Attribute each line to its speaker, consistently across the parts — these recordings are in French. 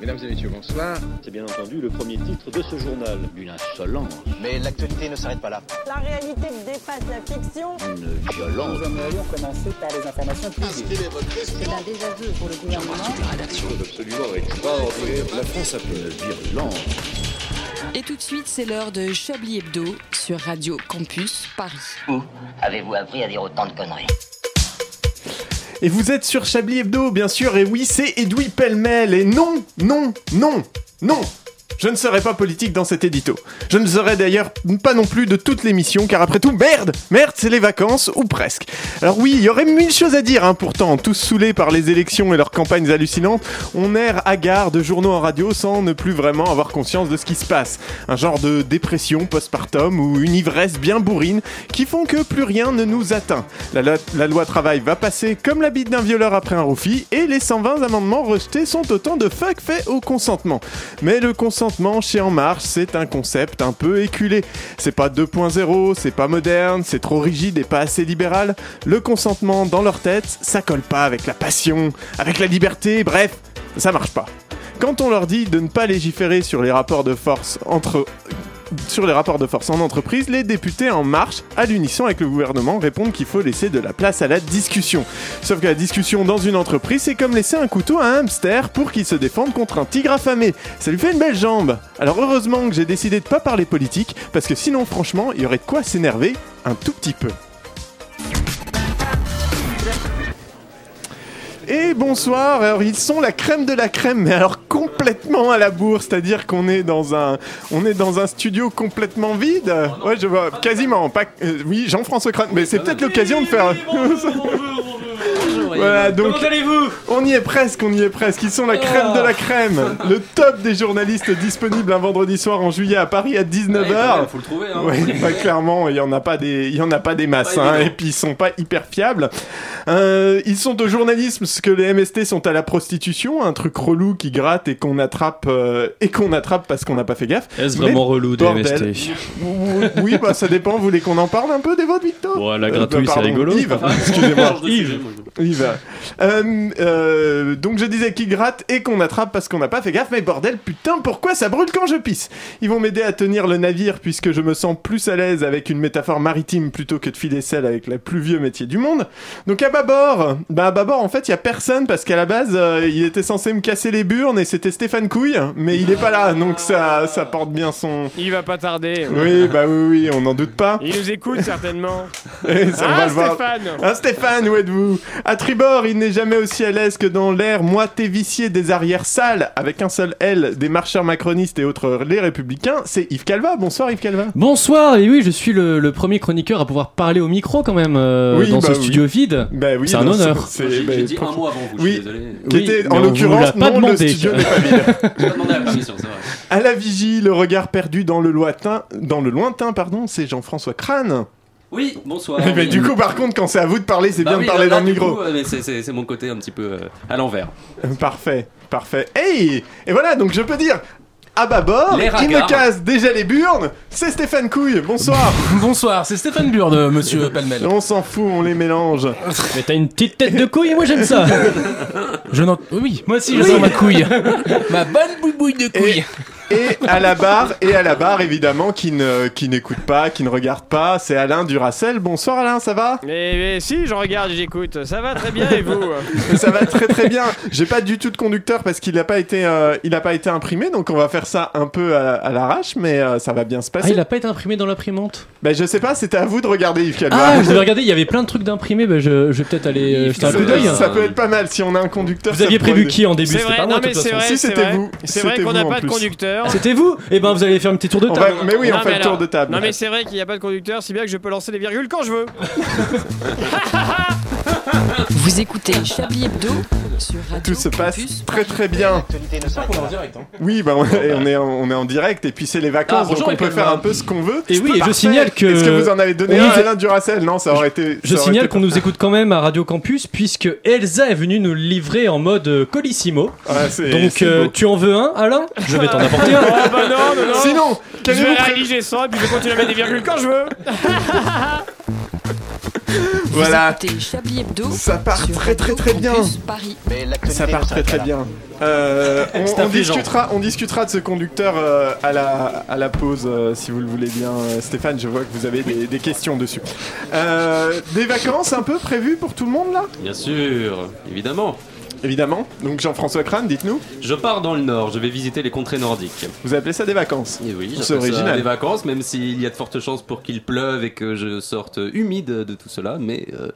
Speaker 1: Mesdames et messieurs, bonsoir.
Speaker 2: C'est bien entendu le premier titre de ce journal.
Speaker 3: Une insolence.
Speaker 4: Mais l'actualité ne s'arrête pas là.
Speaker 5: La réalité dépasse la fiction.
Speaker 3: Une violence.
Speaker 6: Nous aimerions commencer par les informations publiques.
Speaker 7: C'est un désaveu pour le gouvernement.
Speaker 3: la rédaction.
Speaker 1: Absolument extraordinaire.
Speaker 3: La France a fait une violence.
Speaker 8: Et tout de suite, c'est l'heure de Chablis Hebdo sur Radio Campus Paris.
Speaker 7: Où avez-vous appris à dire autant de conneries
Speaker 9: Et vous êtes sur Chablis Hebdo, bien sûr, et oui, c'est Edoui Pellemel, et non, non, non, non je ne serai pas politique dans cet édito. Je ne serai d'ailleurs pas non plus de toute l'émission, car après tout, merde Merde, c'est les vacances, ou presque. Alors oui, il y aurait mille choses à dire, hein, pourtant, tous saoulés par les élections et leurs campagnes hallucinantes, on erre hagard de journaux en radio sans ne plus vraiment avoir conscience de ce qui se passe. Un genre de dépression postpartum ou une ivresse bien bourrine qui font que plus rien ne nous atteint. La, lo- la loi travail va passer comme la bite d'un violeur après un roufi, et les 120 amendements rejetés sont autant de facs faits au consentement. Mais le consentement chez En Marche, c'est un concept un peu éculé. C'est pas 2.0, c'est pas moderne, c'est trop rigide et pas assez libéral. Le consentement dans leur tête, ça colle pas avec la passion, avec la liberté, bref, ça marche pas. Quand on leur dit de ne pas légiférer sur les rapports de force entre sur les rapports de force en entreprise, les députés En Marche, à l'unisson avec le gouvernement, répondent qu'il faut laisser de la place à la discussion. Sauf que la discussion dans une entreprise, c'est comme laisser un couteau à un hamster pour qu'il se défende contre un tigre affamé. Ça lui fait une belle jambe. Alors heureusement que j'ai décidé de pas parler politique, parce que sinon, franchement, il y aurait de quoi s'énerver un tout petit peu. Et bonsoir, alors ils sont la crème de la crème, mais alors complètement à la bourre, c'est-à-dire qu'on est dans un, on est dans un studio complètement vide. ouais, je vois, quasiment, pas, euh, oui, Jean-François Crane, mais c'est peut-être l'occasion de faire. voilà, donc
Speaker 10: allez-vous
Speaker 9: on y est presque, on y est presque. Ils sont la crème de la crème, le top des journalistes disponibles un vendredi soir en juillet à Paris à 19h.
Speaker 10: Faut le trouver, hein.
Speaker 9: Oui, bah, clairement, il y en a pas des, il y en a pas des masses,
Speaker 10: Ouais,
Speaker 9: hein,
Speaker 10: évidemment.
Speaker 9: et puis ils sont pas hyper fiables. Euh, ils sont au journalisme, ce que les MST sont à la prostitution, un truc relou qui gratte et qu'on attrape euh, et qu'on attrape parce qu'on n'a pas fait gaffe.
Speaker 11: Est-ce
Speaker 9: Mais
Speaker 11: vraiment relou des
Speaker 9: bordel.
Speaker 11: MST
Speaker 9: Oui, bah ça dépend. Vous voulez qu'on en parle un peu des vôtres, Victor
Speaker 11: Ouais,
Speaker 9: Euh,
Speaker 11: la gratouille,
Speaker 9: bah,
Speaker 11: c'est
Speaker 9: pardon,
Speaker 11: rigolo.
Speaker 9: Yves.
Speaker 10: Ah,
Speaker 9: Excusez-moi,
Speaker 10: je
Speaker 11: Yves.
Speaker 9: Yves. Euh, euh, donc je disais qui gratte et qu'on attrape parce qu'on n'a pas fait gaffe, mais bordel, putain, pourquoi ça brûle quand je pisse Ils vont m'aider à tenir le navire puisque je me sens plus à l'aise avec une métaphore maritime plutôt que de filer celle avec le plus vieux métier du monde. Donc à bâbord, bah à bâbord en fait il y a personne parce qu'à la base euh, il était censé me casser les burnes et c'était Stéphane Couille, mais il est pas là donc ça ça porte bien son.
Speaker 12: Il va pas tarder.
Speaker 9: Oui bah oui oui on n'en doute pas.
Speaker 12: Il nous écoute certainement.
Speaker 9: Et ça, on va
Speaker 12: ah
Speaker 9: le voir.
Speaker 12: Stéphane
Speaker 9: Hein Stéphane, où êtes-vous À tribord, il n'est jamais aussi à l'aise que dans l'air moité vicié des arrières sales, avec un seul L, des marcheurs macronistes et autres les républicains, c'est Yves Calva. Bonsoir Yves Calva.
Speaker 11: Bonsoir, et oui, je suis le, le premier chroniqueur à pouvoir parler au micro quand même euh,
Speaker 9: Oui,
Speaker 11: dans
Speaker 9: bah
Speaker 11: ce
Speaker 9: oui.
Speaker 11: studio vide.
Speaker 9: Ben oui,
Speaker 11: C'est un
Speaker 9: non,
Speaker 11: honneur.
Speaker 9: c'est-
Speaker 10: J'ai
Speaker 9: bah,
Speaker 10: j'ai dit
Speaker 9: pour-
Speaker 10: un mot avant vous, je
Speaker 9: Oui.
Speaker 10: suis désolé.
Speaker 9: Qui
Speaker 11: Oui,
Speaker 9: était, en
Speaker 11: mais on vous l'a
Speaker 9: l'occurrence,
Speaker 11: pas
Speaker 9: non, le
Speaker 11: demandé.
Speaker 9: studio n'est pas vide.
Speaker 10: J'ai pas demandé la permission, c'est vrai.
Speaker 9: À la vigie, le regard perdu dans le lointain, dans le lointain pardon, c'est Jean-François Crane.
Speaker 10: Ah Oui, bonsoir.
Speaker 9: Eh ben, du coup, par contre, quand c'est à vous de parler, c'est
Speaker 10: Bah
Speaker 9: bien
Speaker 10: oui,
Speaker 9: de parler
Speaker 10: là,
Speaker 9: dans le
Speaker 10: du
Speaker 9: micro.
Speaker 10: coup, euh, mais c'est- C'est c'est mon côté un petit peu euh, à l'envers.
Speaker 9: Parfait, parfait. Hey Et voilà, donc je peux dire à bâbord,
Speaker 10: Les
Speaker 9: il me
Speaker 10: ragards.
Speaker 9: casse déjà les burnes, c'est Stéphane Couille, bonsoir Euh,
Speaker 6: Bonsoir, c'est Stéphane Burde, monsieur Palmel.
Speaker 9: On s'en fout, on les mélange.
Speaker 11: Mais t'as une petite tête de couille, moi j'aime ça.
Speaker 6: Je n'en... Oui,
Speaker 11: moi aussi, je sens ma couille.
Speaker 6: ma bonne boubouille de couille.
Speaker 9: Et à la barre, et à la barre évidemment, qui ne, qui n'écoute pas, qui ne regarde pas, c'est Alain Duracel. Bonsoir Alain, ça va
Speaker 12: mais, mais si, je regarde, j'écoute. Ça va très bien et vous
Speaker 9: Ça va très très bien. J'ai pas du tout de conducteur parce qu'il n'a pas été, euh, il a pas été imprimé, donc on va faire ça un peu à, à l'arrache, mais euh, ça va bien se
Speaker 11: Ah,
Speaker 9: passer.
Speaker 11: il a pas été imprimé dans l'imprimante
Speaker 9: Ben je sais pas, c'était à vous de regarder Yves Calva.
Speaker 11: Ah, vous avez regardé, il y avait plein de trucs d'imprimés, bah, je, je vais peut-être aller euh, jeter un
Speaker 9: ça,
Speaker 11: coup d'œil.
Speaker 9: ça
Speaker 10: hein.
Speaker 9: peut être pas mal si on a un conducteur.
Speaker 11: Vous
Speaker 9: ça
Speaker 11: aviez
Speaker 9: pourrait
Speaker 11: prévu
Speaker 9: nous-
Speaker 11: qui en début
Speaker 12: C'est
Speaker 11: C'était
Speaker 12: vrai,
Speaker 11: pas
Speaker 12: non
Speaker 11: moi, de
Speaker 12: mais
Speaker 11: toute
Speaker 12: c'est
Speaker 11: façon.
Speaker 12: vrai.
Speaker 9: Si,
Speaker 12: c'est
Speaker 9: c'était
Speaker 12: vrai.
Speaker 9: vous.
Speaker 12: C'est vrai
Speaker 9: C'était
Speaker 12: qu'on
Speaker 9: vous,
Speaker 12: n'a
Speaker 9: en
Speaker 12: pas de
Speaker 9: plus.
Speaker 12: conducteur.
Speaker 11: C'était vous Eh ben, vous allez faire un petit tour de
Speaker 9: On
Speaker 11: table.
Speaker 9: va- Mais oui,
Speaker 12: Non,
Speaker 9: on fait
Speaker 12: mais
Speaker 9: le tour
Speaker 12: alors-
Speaker 9: de table.
Speaker 12: Non mais c'est vrai qu'il n'y a pas de conducteur, si bien que je peux lancer les virgules quand je veux.
Speaker 8: Vous écoutez Chablis Hebdo sur Radio
Speaker 9: Tout se passe
Speaker 8: Campus
Speaker 9: très très bien.
Speaker 4: L'actualité ne s'arrête pas là.
Speaker 9: Oui, bah, on, et on est en, on est en direct et puis c'est les vacances,
Speaker 11: Ah, bonjour,
Speaker 9: donc on peut
Speaker 11: Nicolas.
Speaker 9: faire un peu ce qu'on veut.
Speaker 11: Et oui, et je
Speaker 9: Parfait.
Speaker 11: signale que-
Speaker 9: Est-ce que vous en avez donné
Speaker 11: Oui,
Speaker 9: un à
Speaker 11: je-
Speaker 9: Alain Duracell Non, ça aurait été.
Speaker 11: Je
Speaker 9: ça aurait
Speaker 11: signale
Speaker 9: été-
Speaker 11: qu'on nous écoute quand même à Radio Campus puisque Elsa est venue nous le livrer en mode euh, colissimo.
Speaker 9: Ah, c'est-
Speaker 11: Donc
Speaker 9: c'est
Speaker 11: euh,
Speaker 9: beau.
Speaker 11: tu en veux un, Alain Je vais t'en apporter un.
Speaker 12: Ah bah non, non, non.
Speaker 9: Sinon,
Speaker 12: je
Speaker 9: qu'avez-vous
Speaker 12: vais
Speaker 9: pré-
Speaker 12: réaliser ça et puis je vais continuer à mettre des virgules quand je veux.
Speaker 9: Voilà.
Speaker 8: Vous écoutez Chablis Hebdo.
Speaker 9: Ça part très très très bien.
Speaker 8: Paris.
Speaker 9: Ah, Ça part très très bien. Euh, on-
Speaker 11: C'est
Speaker 9: on,
Speaker 11: affligeant.
Speaker 9: discutera, on discutera de ce conducteur euh, à, la, à la pause, euh, si vous le voulez bien. Euh, Stéphane, je vois que vous avez des, des questions dessus. Euh, des vacances un peu prévues pour tout le monde, là
Speaker 10: Bien sûr, évidemment.
Speaker 9: Évidemment. Donc Jean-François Crane, dites-nous.
Speaker 10: Je pars dans le nord, je vais visiter les contrées nordiques.
Speaker 9: Vous appelez ça des vacances
Speaker 10: Et oui,
Speaker 9: C'est
Speaker 10: j'appelle ça
Speaker 9: original.
Speaker 10: des vacances, même s'il y a de fortes chances pour qu'il pleuve et que je sorte humide de tout cela. Mais euh,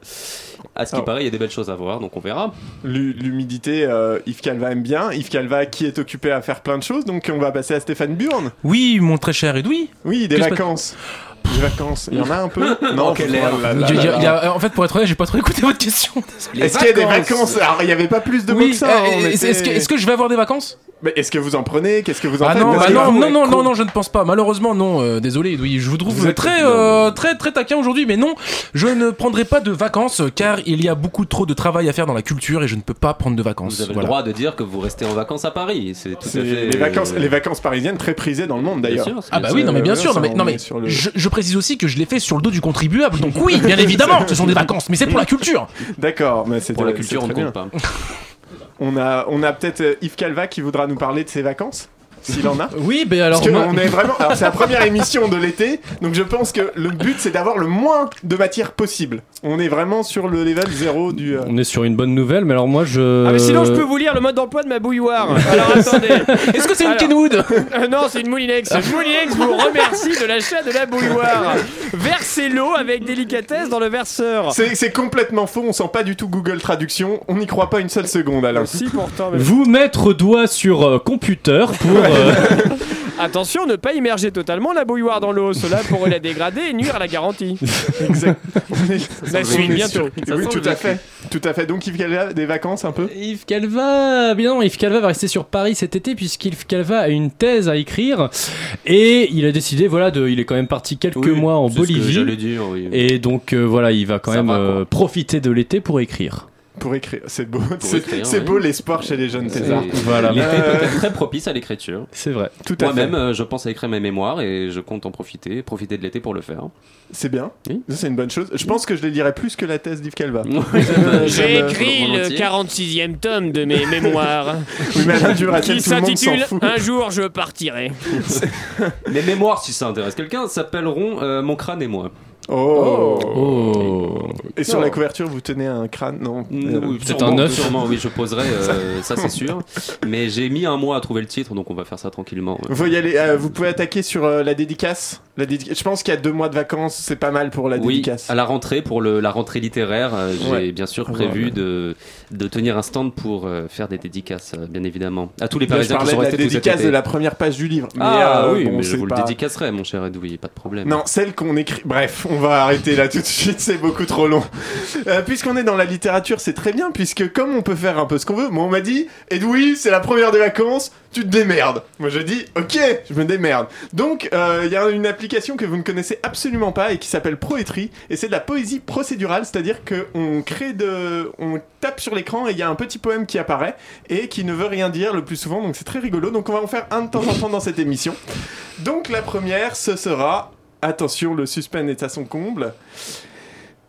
Speaker 10: à ce qui
Speaker 9: Alors.
Speaker 10: paraît, il y a des belles choses à voir, donc on verra.
Speaker 9: L'hu- L'humidité, euh, Yves Calva aime bien. Yves Calva qui est occupé à faire plein de choses, donc on va passer à Stéphane Burn.
Speaker 6: Oui, mon très cher Edoui.
Speaker 9: Oui, des
Speaker 6: Que se
Speaker 9: vacances. Des vacances. Il y en a un peu
Speaker 6: Oh, quelle
Speaker 9: voilà,
Speaker 6: erreur.
Speaker 9: là,
Speaker 6: Il
Speaker 9: là,
Speaker 6: y a- il y a-
Speaker 9: là.
Speaker 6: il y a- En fait, pour être honnête, j'ai pas trop écouté votre question.
Speaker 9: Les Est-ce qu'il y a des vacances Alors, il n'y avait pas plus de mots
Speaker 6: Oui,
Speaker 9: que ça.
Speaker 6: euh,
Speaker 9: on
Speaker 6: est-ce-
Speaker 9: était-
Speaker 6: est-ce que- est-ce que je vais avoir des vacances
Speaker 9: Mais est-ce que vous en prenez Qu'est-ce que vous en
Speaker 6: Ah
Speaker 9: faites
Speaker 6: non,
Speaker 9: Parce
Speaker 6: bah
Speaker 9: que
Speaker 6: non,
Speaker 9: vous
Speaker 6: non,
Speaker 9: êtes
Speaker 6: non,
Speaker 9: con.
Speaker 6: non, non, je ne pense pas. Malheureusement, non. euh, désolé, oui, je vous trouve
Speaker 9: Vous êtes-
Speaker 6: très, euh, très, très taquin aujourd'hui, mais non, je ne prendrai pas de vacances car il y a beaucoup trop de travail à faire dans la culture et je ne peux pas prendre de vacances.
Speaker 10: Vous avez le
Speaker 6: Voilà.
Speaker 10: droit de dire que vous restez en vacances à Paris. C'est tout à
Speaker 9: C'est
Speaker 10: fait. euh,
Speaker 9: les vacances, les vacances parisiennes très prisées dans le monde d'ailleurs.
Speaker 10: sûr, c'est
Speaker 6: Ah bah oui, non mais bien sûr, non mais, non, mais
Speaker 9: sur le-
Speaker 6: je, je précise aussi que je l'ai fait sur le dos du contribuable, donc oui, bien évidemment, ce sont des vacances, mais c'est pour la culture.
Speaker 9: D'accord, mais c'est
Speaker 10: Pour la
Speaker 9: c'est
Speaker 10: culture, on ne
Speaker 9: très
Speaker 10: compte pas.
Speaker 9: bien. On a, on a peut-être euh, Yves Calva qui voudra nous parler de ses vacances, s'il en a.
Speaker 11: Oui, mais
Speaker 9: Parce
Speaker 11: alors.
Speaker 9: que
Speaker 11: moi-
Speaker 9: on est vraiment, alors c'est la première émission de l'été, donc je pense que le but c'est d'avoir le moins de matière possible. On est vraiment sur le level zéro du. euh,
Speaker 11: On est sur une bonne nouvelle, mais alors moi je.
Speaker 12: Ah mais sinon je peux vous lire le mode d'emploi de ma bouilloire. Alors attendez.
Speaker 6: Est-ce que c'est une
Speaker 12: Alors-
Speaker 6: Kenwood
Speaker 12: Euh, non, c'est une Moulinex. Moulinex vous remercie de l'achat de la bouilloire. Versez l'eau avec délicatesse dans le verseur.
Speaker 9: C'est c'est complètement faux, on sent pas du tout Google Traduction, on n'y croit pas une seule seconde Alain.
Speaker 12: Si pourtant. mais-
Speaker 11: Vous mettre doigt sur euh, computer pour. euh,
Speaker 12: Attention, ne pas immerger totalement la bouilloire dans l'eau. Cela pourrait la dégrader et nuire à la garantie.
Speaker 9: Exact. On est-
Speaker 12: La
Speaker 9: on
Speaker 12: suite
Speaker 9: est
Speaker 12: bientôt.
Speaker 9: sur- Oui,
Speaker 10: sent
Speaker 9: tout
Speaker 10: le
Speaker 9: à fait. Tout à fait. Donc Yves Calva, des vacances un peu
Speaker 11: Yves Calva, Eh bien non, Yves Calva va rester sur Paris cet été puisqu'Yves Calva a une thèse à écrire et il a décidé, voilà, de, il est quand même parti quelques
Speaker 10: Oui,
Speaker 11: mois en
Speaker 10: c'est ce que J'allais
Speaker 11: Bolivie
Speaker 10: dire, oui.
Speaker 11: et donc euh, voilà, il va quand
Speaker 10: Ça
Speaker 11: même
Speaker 10: va, quoi.
Speaker 11: euh, profiter de l'été pour écrire.
Speaker 9: Pour écrire, c'est beau. C'est
Speaker 10: écrire,
Speaker 9: c'est
Speaker 10: oui.
Speaker 9: beau l'espoir chez les jeunes
Speaker 10: C'est-
Speaker 9: César.
Speaker 11: Voilà.
Speaker 10: L'été
Speaker 9: Euh,
Speaker 10: peut être très propice à l'écriture.
Speaker 11: C'est vrai.
Speaker 9: Tout à fait.
Speaker 10: Moi-même, euh, je pense à écrire mes mémoires et je compte en profiter, profiter de l'été pour le faire.
Speaker 9: C'est bien.
Speaker 10: Oui.
Speaker 9: Ça, C'est une bonne chose. Je pense que je les lirai plus que la thèse d'Yves Calva.
Speaker 12: J'ai
Speaker 9: Ça me-
Speaker 12: écrit le
Speaker 10: volontiers.
Speaker 12: 46e tome de mes mémoires
Speaker 9: Oui, mais Alain Duracell,
Speaker 12: qui
Speaker 9: tout le monde s'en
Speaker 12: s'intitule
Speaker 9: fout.
Speaker 12: Un jour je partirai.
Speaker 10: Mes mémoires, si ça intéresse quelqu'un, s'appelleront euh, Mon crâne et moi.
Speaker 9: Oh.
Speaker 11: Oh.
Speaker 9: Et sur la couverture, vous tenez un crâne Non. Euh,
Speaker 10: Oui,
Speaker 11: c'est
Speaker 10: sûrement,
Speaker 11: un œuf.
Speaker 10: Sûrement, oui, je poserai, euh, ça c'est sûr. Mais j'ai mis un mois à trouver le titre, donc on va faire ça tranquillement.
Speaker 9: Vous, y allez, euh, vous pouvez attaquer sur euh, la dédicace. La dédica- Je pense qu'il y a deux mois de vacances, c'est pas mal pour la
Speaker 10: oui, Ah,
Speaker 9: dédicace.
Speaker 10: à la rentrée, pour le, la rentrée littéraire, euh, j'ai
Speaker 9: Ouais.
Speaker 10: bien sûr
Speaker 9: Ah,
Speaker 10: prévu
Speaker 9: voilà.
Speaker 10: de, de tenir un stand pour euh, faire des dédicaces, euh, bien évidemment. À tous les
Speaker 9: Là, je
Speaker 10: Parisiens qui
Speaker 9: parlais
Speaker 10: sont
Speaker 9: de la
Speaker 10: restés tout cet
Speaker 9: dédicace
Speaker 10: été.
Speaker 9: de la première page du livre. Mais,
Speaker 10: Ah
Speaker 9: euh,
Speaker 10: oui,
Speaker 9: bon,
Speaker 10: mais je
Speaker 9: c'est
Speaker 10: vous
Speaker 9: pas-
Speaker 10: le dédicacerai, mon cher Edoui, pas de problème.
Speaker 9: Non, celle qu'on écrit. Bref, on va arrêter là tout de suite, c'est beaucoup trop long. Euh, Puisqu'on est dans la littérature, c'est très bien, puisque comme on peut faire un peu ce qu'on veut, moi on m'a dit, Edoui, c'est la première des vacances, tu te démerdes. Moi je dis, ok, je me démerde. Donc, euh, il y a une application que vous ne connaissez absolument pas et qui s'appelle Proétrie, et c'est de la poésie procédurale, c'est-à-dire qu'on crée de. On tape sur l'écran et il y a un petit poème qui apparaît et qui ne veut rien dire le plus souvent, donc c'est très rigolo. Donc, on va en faire un de temps en temps dans cette émission. Donc la première, ce sera, attention, le suspense est à son comble.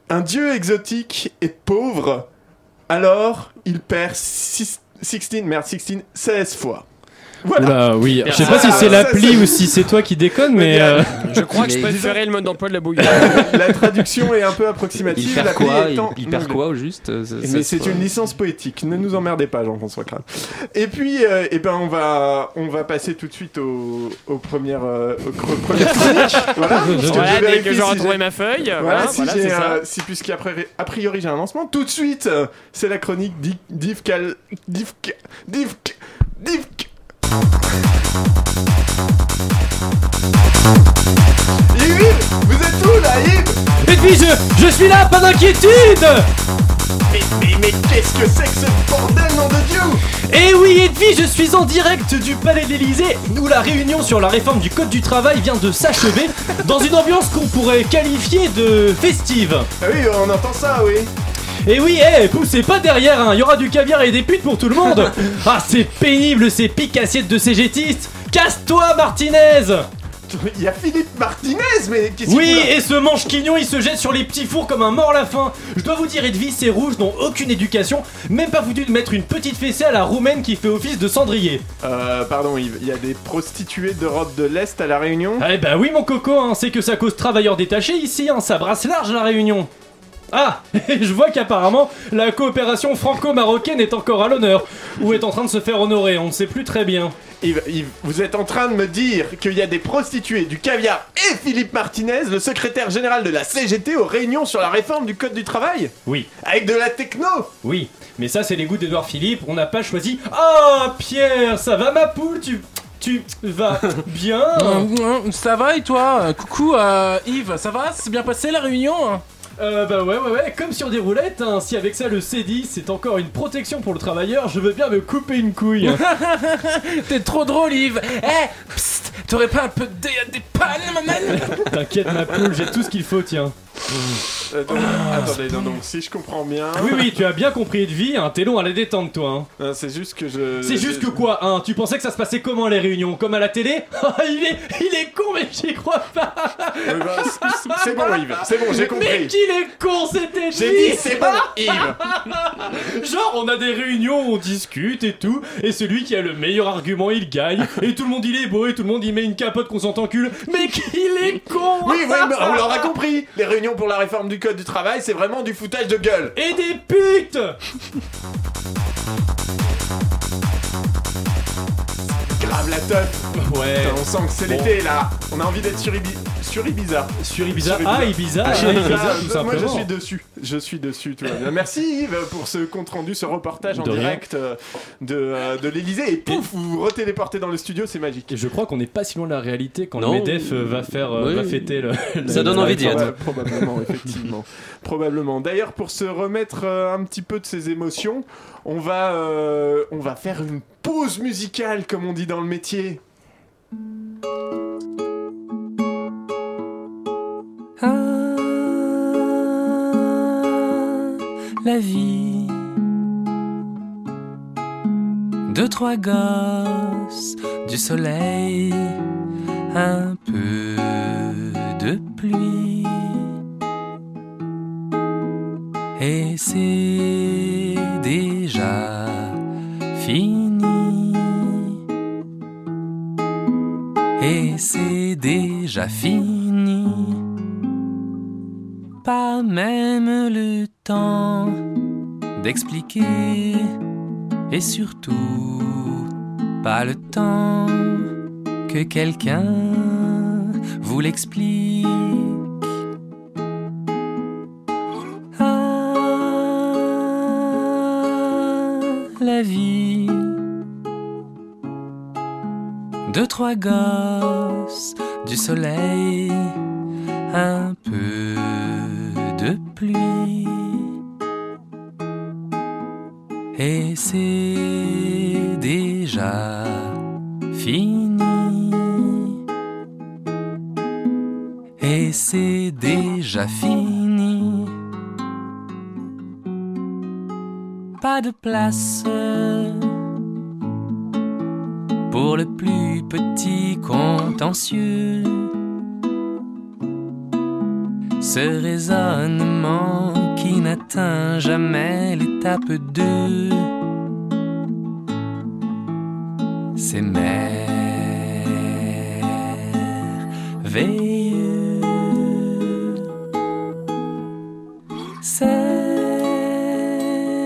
Speaker 9: Un dieu exotique est pauvre, alors il perd six- 16, merde, 16, 16 fois. Voilà.
Speaker 11: Oula, oui. Je sais pas
Speaker 9: Ah,
Speaker 11: si c'est
Speaker 9: ça,
Speaker 11: l'appli
Speaker 9: ça-
Speaker 11: ou si c'est toi qui déconne, mais euh,
Speaker 12: Je crois que je
Speaker 10: Mais
Speaker 12: préférais le mode d'emploi de la bouilloire.
Speaker 9: Eh la traduction est un peu
Speaker 10: Il
Speaker 9: approximative.
Speaker 10: perd
Speaker 9: la
Speaker 10: quoi
Speaker 9: paix
Speaker 10: il,
Speaker 9: étant-
Speaker 10: il perd quoi au juste euh, ça- ça
Speaker 9: Mais
Speaker 10: se
Speaker 9: c'est
Speaker 10: voit.
Speaker 9: une licence poétique, ne nous emmerdez pas Jean-François Crane. Et puis, euh, eh ben, on, va, on va passer tout de suite au, aux premières, euh, aux cre- premières chroniques. Voilà, parce que je
Speaker 12: Voilà, dès
Speaker 9: vérifie
Speaker 12: que
Speaker 9: si
Speaker 12: j'aurai
Speaker 9: j'ai-
Speaker 12: trouvé ma feuille.
Speaker 9: Voilà,
Speaker 12: hein,
Speaker 9: si,
Speaker 12: voilà,
Speaker 9: j'ai,
Speaker 12: c'est ça.
Speaker 9: euh, si puisqu'à priori, a priori j'ai un lancement, tout de suite, euh, c'est la chronique d'I- d'Yves Cal... d'Yves... Ca- d'Yves... Ca- d'Yves... Ca- Yves, vous êtes où là, Yves
Speaker 11: Et puis je, je suis là, pas d'inquiétude.
Speaker 9: mais, mais, mais qu'est-ce que c'est que ce bordel, nom de Dieu
Speaker 11: Et Eh oui, Edwige, je suis en direct du Palais de l'Elysée, où la réunion sur la réforme du Code du Travail vient de s'achever, dans une ambiance qu'on pourrait qualifier de festive.
Speaker 9: Ah oui, on entend ça, oui.
Speaker 11: Et oui, eh, poussez pas derrière, hein, il y aura du caviar et des putes pour tout le monde Ah, c'est pénible ces piques assiettes de CGTistes Casse-toi, Martinez
Speaker 9: Il y a Philippe Martinez, mais qu'est-ce qu'il
Speaker 11: Oui,
Speaker 9: fout là
Speaker 11: et ce manche quignon, il se jette sur les petits fours comme un mort la faim. Je dois vous dire, Edwige, ces rouges n'ont aucune éducation, même pas foutu de mettre une petite fessée à la roumaine qui fait office de cendrier.
Speaker 9: Euh, pardon, Yves, il y a des prostituées d'Europe de l'Est à La Réunion
Speaker 11: Eh ben oui, mon coco, hein, c'est que ça cause travailleurs détachés ici, hein, ça brasse large la Réunion. Ah, je vois qu'apparemment la coopération franco-marocaine est encore à l'honneur, ou est en train de se faire honorer, on ne sait plus très bien.
Speaker 9: Yves, Yves, vous êtes en train de me dire qu'il y a des prostituées, du caviar et Philippe Martinez, le secrétaire général de la CGT, aux réunions sur la réforme du Code du travail
Speaker 11: Oui.
Speaker 9: Avec de la techno
Speaker 11: Oui, mais ça c'est les goûts d'Edouard Philippe, on n'a pas choisi. Ah Pierre, ça va ma poule, tu. Tu vas bien
Speaker 6: Mmh, Ça va et toi Coucou euh, Yves, ça va C'est bien passé la réunion
Speaker 11: Euh bah ouais ouais ouais, comme sur des roulettes, hein. si avec ça le C10 c'est encore une protection pour le travailleur, je veux bien me couper une couille.
Speaker 6: T'es trop drôle Yves Eh psst, T'aurais pas un peu de dé à des pannes ma man
Speaker 11: T'inquiète ma poule, j'ai tout ce qu'il faut tiens.
Speaker 9: Euh, donc,
Speaker 11: Ah,
Speaker 9: Attendez, non, donc si je comprends bien...
Speaker 11: Oui oui, tu as bien compris de vie, hein. t'es long à la détente toi. hein.
Speaker 9: Euh, C'est juste que je...
Speaker 11: C'est juste que quoi, hein Tu pensais que ça se passait comment les réunions Comme à la télé Ah, il, est, il est con mais j'y crois pas
Speaker 9: Euh, bah, c'est- C'est bon Yves, c'est bon, j'ai
Speaker 11: Mais
Speaker 9: compris
Speaker 11: qu'il est con, c'était
Speaker 9: J'ai dit, c'est bon Yves
Speaker 11: Genre, on a des réunions, on discute et tout, et celui qui a le meilleur argument, il gagne, et tout le monde il est beau, et tout le monde il met une capote qu'on s'entencule, mais qu'il est con hein.
Speaker 9: Oui, oui, mais on l'aura compris Les réunions pour la réforme du Code du travail, c'est vraiment du foutage de gueule
Speaker 11: Et des putes
Speaker 9: Grave la teuf
Speaker 11: Ouais.
Speaker 9: Putain, On sent que c'est
Speaker 11: Eh. Bon.
Speaker 9: l'été là On a envie d'être sur, Ibi- sur Ibiza
Speaker 11: Sur Ibiza, ah Ibiza, ah, Ibiza, tout
Speaker 9: Ah, Moi je
Speaker 11: simplement.
Speaker 9: suis dessus, je suis dessus, tout va bien. Merci Yves pour ce compte rendu, ce reportage en
Speaker 11: De rien.
Speaker 9: direct euh, de, euh, de l'Elysée et pouf, vous vous retéléportez dans le studio, c'est magique.
Speaker 11: Et je crois qu'on n'est pas si loin de la réalité quand
Speaker 10: Non.
Speaker 11: le Medef euh, va faire, euh,
Speaker 10: Oui.
Speaker 11: va fêter le.
Speaker 10: Ça donne envie d'y
Speaker 11: la-
Speaker 10: être.
Speaker 9: Proba- probablement, effectivement. probablement. D'ailleurs, pour se remettre euh, un petit peu de ses émotions, on va, euh, on va faire une pause musicale, comme on dit dans le métier.
Speaker 13: Ah, la vie. Deux, trois gosses, du soleil, un peu de pluie. Et c'est déjà fini. Et c'est déjà fini. Pas même le temps d'expliquer et surtout pas le temps que quelqu'un vous l'explique. Ah, la vie. Deux, trois gosses, du soleil, un peu de pluie. Et c'est déjà fini. Et c'est déjà fini. Pas de place pour le plus petit contentieux. Ce raisonnement qui n'atteint jamais l'étape 2, c'est merveilleux.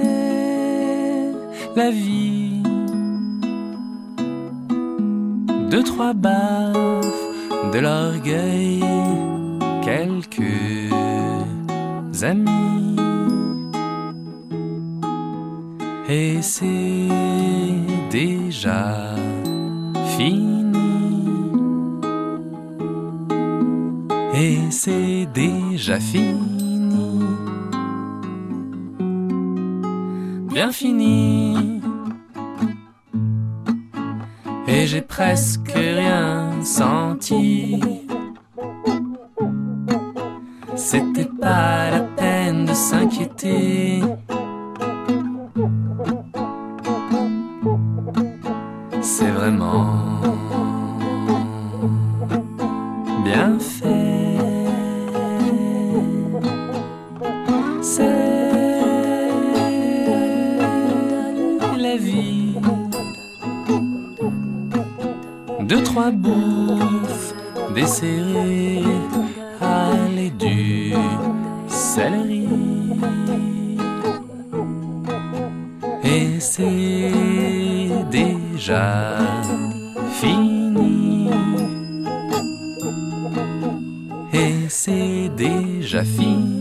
Speaker 13: C'est la vie. Deux, trois baffes de l'orgueil, quelques amis. Et c'est déjà fini. Et c'est déjà fini. Bien fini. Et j'ai presque rien senti. C'était pas la peine de s'inquiéter. C'est vraiment deux, trois bouffes desserrées, allez du céleri. Et c'est déjà fini. Et c'est déjà fini.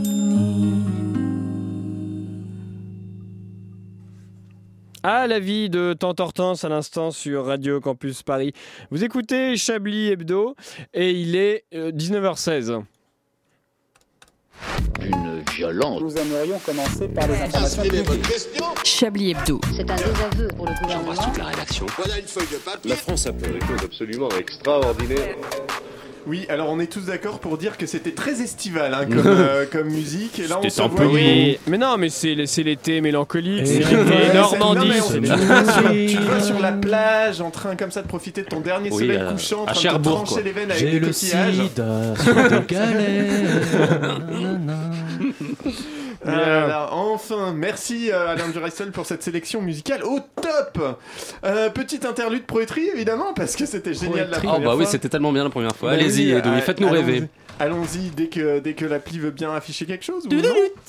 Speaker 12: À la vie de Tantortance à l'instant sur Radio Campus Paris. Vous écoutez Chablis Hebdo et il est euh, 19h16.
Speaker 3: Une violence.
Speaker 4: Nous aimerions commencer par les informations
Speaker 8: Chablis Hebdo.
Speaker 7: C'est un désaveu pour le gouvernement.
Speaker 4: la rédaction.
Speaker 1: Voilà une feuille de papier. La France a fait des choses absolument extraordinaires.
Speaker 9: Oui, alors on est tous d'accord pour dire que c'était très estival hein, comme, euh, comme musique. Et là, on
Speaker 12: C'était
Speaker 9: se
Speaker 12: un
Speaker 9: voit
Speaker 12: peu-
Speaker 9: du-
Speaker 12: oui. Mais non, mais c'est l- c'est l'été mélancolique, c'est
Speaker 9: Ouais,
Speaker 12: l'été
Speaker 9: c'est- non,
Speaker 12: Normandie.
Speaker 9: mais on-
Speaker 12: c'est-
Speaker 9: tu, vas sur la, tu vas sur la
Speaker 12: euh,
Speaker 9: plage en train comme ça de profiter de ton dernier
Speaker 12: Oui,
Speaker 9: soleil
Speaker 12: euh,
Speaker 9: couchant, en
Speaker 12: à
Speaker 9: train
Speaker 12: Cherbourg,
Speaker 9: de te
Speaker 12: quoi.
Speaker 9: trancher les veines avec
Speaker 12: J'ai
Speaker 9: des
Speaker 12: le
Speaker 9: coquillages.
Speaker 12: sida sur des
Speaker 13: galères.
Speaker 9: Ah là là, enfin, merci euh, Alain Duracell pour cette sélection musicale au top. Euh, petite interlude proétrie évidemment parce que c'était génial la
Speaker 10: Oh
Speaker 9: première
Speaker 10: bah oui,
Speaker 9: fois.
Speaker 10: c'était tellement bien la première fois.
Speaker 9: Bah
Speaker 10: Allez-y,
Speaker 9: oui,
Speaker 10: Edoui,
Speaker 9: euh,
Speaker 10: faites-nous
Speaker 9: allons-y.
Speaker 10: rêver.
Speaker 9: Allons-y dès que dès que l'appli veut bien afficher quelque chose. Ou non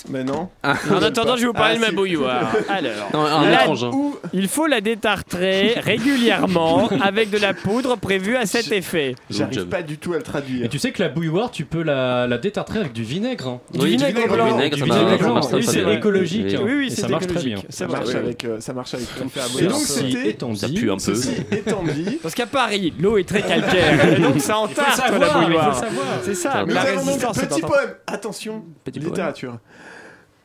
Speaker 9: Mais non.
Speaker 12: En attendant, je vais vous parler
Speaker 9: Ah,
Speaker 12: de ma
Speaker 9: si.
Speaker 12: bouilloire. Alors,
Speaker 9: Non, un
Speaker 12: la-
Speaker 9: étrange, hein.
Speaker 12: où il faut la détartrer régulièrement avec de la poudre prévue à cet effet.
Speaker 9: J'arrive pas du tout à le traduire.
Speaker 11: Et tu sais que la bouilloire, tu peux la, la détartrer avec du vinaigre. hein.
Speaker 12: Du Oui, vinaigre du vinaigre blanc. blanc.
Speaker 11: Du
Speaker 12: Ça marche-
Speaker 11: vinaigre
Speaker 12: ça
Speaker 11: blanc.
Speaker 12: marche très
Speaker 11: Et c'est
Speaker 12: bien.
Speaker 11: écologique.
Speaker 12: Oui,
Speaker 11: hein.
Speaker 12: oui,
Speaker 11: Et
Speaker 12: c'est
Speaker 11: ça marche très bien.
Speaker 12: écologique, c'est
Speaker 9: Ça marche,
Speaker 12: vrai.
Speaker 9: avec, euh, ça marche avec tout à fait à
Speaker 11: Et donc,
Speaker 9: bonheur.
Speaker 11: c'était- étant
Speaker 10: Ça
Speaker 11: dit,
Speaker 10: pue un peu.
Speaker 9: Ceci étant dit,
Speaker 12: Parce qu'à Paris, l'eau est très calcaire. et donc ça
Speaker 9: Il faut
Speaker 12: entarte
Speaker 9: savoir,
Speaker 12: la
Speaker 9: il
Speaker 12: bouilloire.
Speaker 9: faut savoir.
Speaker 12: C'est ça,
Speaker 9: Nous
Speaker 12: la
Speaker 9: avons donc un
Speaker 12: résistance.
Speaker 9: petit
Speaker 12: est en-
Speaker 9: poème. Attention, littérature.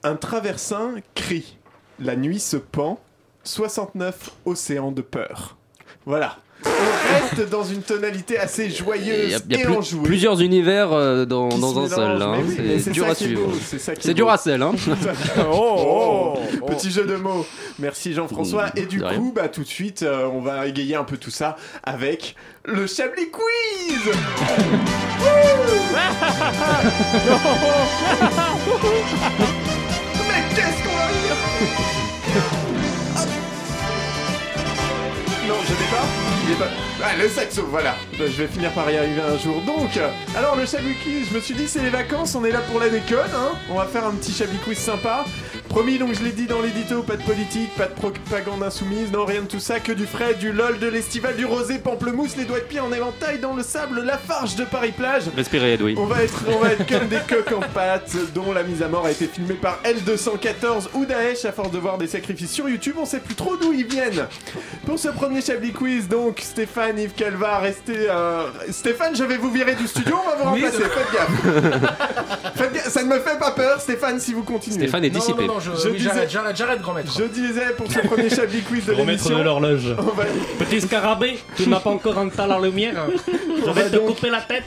Speaker 9: Un traversin crie. La nuit se pend. 69 océans de peur. Voilà. On reste dans une tonalité assez
Speaker 10: Il y a,
Speaker 9: joyeuse
Speaker 10: il y a
Speaker 9: et
Speaker 10: plus-
Speaker 9: enjouée.
Speaker 10: plusieurs univers euh, dans,
Speaker 9: Qui
Speaker 10: dans
Speaker 9: se
Speaker 10: un seul.
Speaker 9: mélangent,
Speaker 10: hein.
Speaker 9: mais oui, mais
Speaker 10: C'est
Speaker 9: c'est
Speaker 10: dur
Speaker 9: ça
Speaker 10: à
Speaker 9: qui est
Speaker 10: suivre.
Speaker 9: beau, c'est ça qui est
Speaker 10: C'est dur
Speaker 9: beau.
Speaker 10: à sel. Hein.
Speaker 12: Oh, oh.
Speaker 9: Petit jeu de mots. Merci Jean-François. Et du
Speaker 10: Mm, De rien.
Speaker 9: coup, bah, tout de suite, euh, on va égayer un peu tout ça avec le Chablis Quiz. Mais qu'est-ce qu'on va dire Non, je n'ai pas. Il est pas. Ah, le saxo, voilà. Ben, Je vais finir par y arriver un jour. Donc, euh, alors le Chablis Quiz, je me suis dit, c'est les vacances, on est là pour la déconne, hein. On va faire un petit Chablis Quiz sympa. Promis, donc je l'ai dit dans l'édito, pas de politique, pas de propagande insoumise, non, rien de tout ça, que du frais, du lol, de l'estival, du rosé, pamplemousse, les doigts de pied en éventail dans le sable, la farge de Paris-Plage.
Speaker 10: Respirez, Edoui.
Speaker 9: On va être, on va être comme des coques en pâte, dont la mise à mort a été filmée par L214 ou Daesh à force de voir des sacrifices sur YouTube. On sait plus trop d'où ils viennent. Pour ce premier Chablis Quiz, donc Stéphane, Yves Calva, restez. euh, Stéphane, je vais vous virer du studio, on va vous
Speaker 6: Oui,
Speaker 9: remplacer.
Speaker 6: ça-
Speaker 9: Faites gaffe. Faites gaffe. Ça ne me fait pas peur, Stéphane, si vous continuez.
Speaker 10: Stéphane est dissipé.
Speaker 6: Non, non, je, oui,
Speaker 9: disais-
Speaker 6: j'arrête, j'arrête, j'arrête, grand maître.
Speaker 9: je disais pour ce premier Chablis Quiz de
Speaker 11: Remettre
Speaker 9: l'émission.
Speaker 11: de l'horloge.
Speaker 9: on va-
Speaker 11: Petit scarabée, tu n'as pas encore entendu la lumière. Je
Speaker 9: vais te
Speaker 11: couper la tête.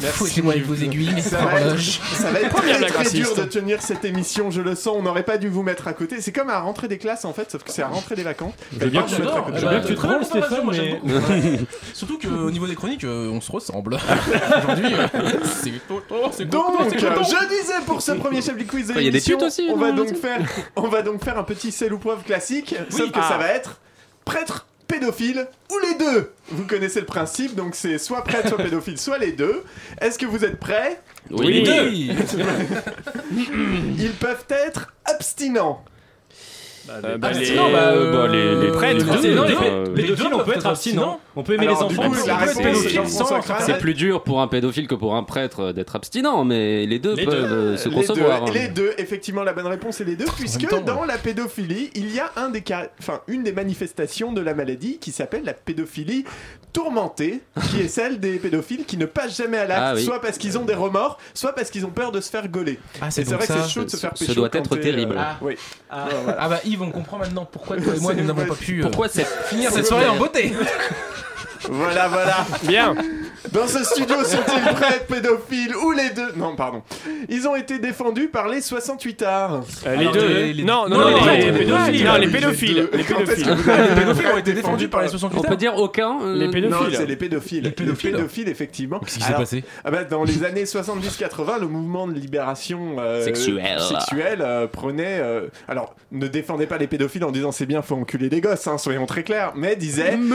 Speaker 6: Foutez-moi avec vos aiguilles, mes
Speaker 9: Ça va, être,
Speaker 6: horloges.
Speaker 9: ça va être
Speaker 12: Première
Speaker 9: très,
Speaker 12: blague
Speaker 9: très dur
Speaker 12: raciste.
Speaker 9: de tenir cette émission, je le sens. On n'aurait pas dû vous mettre à côté. C'est comme à la rentrée des classes en fait, sauf que c'est à la rentrée des vacances.
Speaker 11: Je veux bien
Speaker 9: Pardon,
Speaker 11: que tu-
Speaker 9: mettre à côté.
Speaker 11: je veux bien que tu te
Speaker 6: Très bonne
Speaker 11: rends,
Speaker 6: observation,
Speaker 11: Stéphane,
Speaker 6: moi,
Speaker 11: mais. Ah
Speaker 6: j'aime beaucoup. Ouais. Surtout qu'au niveau des chroniques, euh, on se ressemble. Aujourd'hui, euh, c'est. oh, oh, c'est
Speaker 9: Donc,
Speaker 6: coton, c'est
Speaker 9: euh,
Speaker 6: coton.
Speaker 9: je disais pour ce premier Chablis Quiz de
Speaker 10: Il y a des
Speaker 9: l'émission,
Speaker 10: putes aussi,
Speaker 9: on va
Speaker 10: non,
Speaker 9: donc faire, on va donc faire un petit sel ou poivre classique, sauf que
Speaker 12: Ah.
Speaker 9: ça va être prêtre, pédophile ou les deux. Vous connaissez le principe, donc c'est soit prêtre, soit pédophile, soit les deux. Est-ce que vous êtes prêts
Speaker 10: Oui.
Speaker 12: Oui.
Speaker 6: Oui.
Speaker 9: Ils peuvent être abstinents.
Speaker 12: Euh, bah, les-
Speaker 10: Ah
Speaker 11: Abstinent, bah, euh,
Speaker 12: bah, les-
Speaker 1: Mmh.
Speaker 12: les
Speaker 11: prêtres,
Speaker 12: les
Speaker 11: les
Speaker 12: deux,
Speaker 11: non, les
Speaker 12: enfin,
Speaker 11: pé- pédophiles, on peut être abstinent. On peut aimer les
Speaker 9: Alors,
Speaker 11: enfants,
Speaker 9: du
Speaker 11: on
Speaker 9: coup,
Speaker 11: peut
Speaker 9: la
Speaker 11: être
Speaker 9: réponse,
Speaker 11: pédophile
Speaker 9: Jean-François
Speaker 11: sans.
Speaker 9: Crane.
Speaker 10: C'est plus dur pour un pédophile que pour un prêtre euh, d'être abstinent, mais les deux
Speaker 11: Les
Speaker 10: peuvent
Speaker 11: deux.
Speaker 10: euh, se
Speaker 9: les
Speaker 10: concevoir.
Speaker 9: Deux,
Speaker 10: hein.
Speaker 9: les deux, effectivement, la bonne réponse est les deux, puisque
Speaker 6: temps,
Speaker 9: dans la pédophilie, il y a un des car- enfin, une des manifestations de la maladie qui s'appelle la pédophilie tourmentée, qui est celle des pédophiles qui ne passent jamais à l'acte,
Speaker 10: Ah oui.
Speaker 9: soit parce qu'ils ont des remords, soit parce qu'ils ont peur de se faire gauler.
Speaker 6: Ah,
Speaker 9: Et
Speaker 6: c'est
Speaker 9: c'est
Speaker 6: donc
Speaker 9: vrai que
Speaker 6: ça.
Speaker 9: c'est chaud de se
Speaker 10: Ce-
Speaker 9: faire
Speaker 10: ce
Speaker 9: pécho.
Speaker 10: doit
Speaker 9: quand
Speaker 10: être
Speaker 9: t'es, euh,
Speaker 10: terrible.
Speaker 6: Ah.
Speaker 9: Oui.
Speaker 6: Ah,
Speaker 9: Voilà, voilà.
Speaker 6: ah bah Yves, on comprend maintenant pourquoi toi et moi
Speaker 9: C'est
Speaker 6: nous n'avons
Speaker 9: vrai.
Speaker 6: pas pu euh,
Speaker 10: Pourquoi cette
Speaker 6: finir cette soirée en beauté.
Speaker 9: Voilà, voilà.
Speaker 12: Bien.
Speaker 9: Dans ce studio sont-ils prêts, pédophiles ou les deux Non, pardon. Ils ont été défendus par les 68 arts.
Speaker 12: les Alors, deux. les- les- Non, non, non, les- les pédophiles. Non, les pédophiles. Les pédophiles.
Speaker 9: Les pédophiles
Speaker 12: ont été défendus par les 68
Speaker 10: On peut dire aucun. euh,
Speaker 9: Les pédophiles. Non, c'est les pédophiles. Les pédophiles, effectivement.
Speaker 6: Qu'est-ce qui s'est
Speaker 9: Alors,
Speaker 6: passé
Speaker 9: ah bah, Dans les années 70-80, le mouvement de libération euh,
Speaker 10: Sexuelle.
Speaker 9: sexuelle, euh, prenait. euh, alors, ne défendait pas les pédophiles en disant c'est bien, faut enculer des gosses, hein, soyons très clairs, mais disait Oui,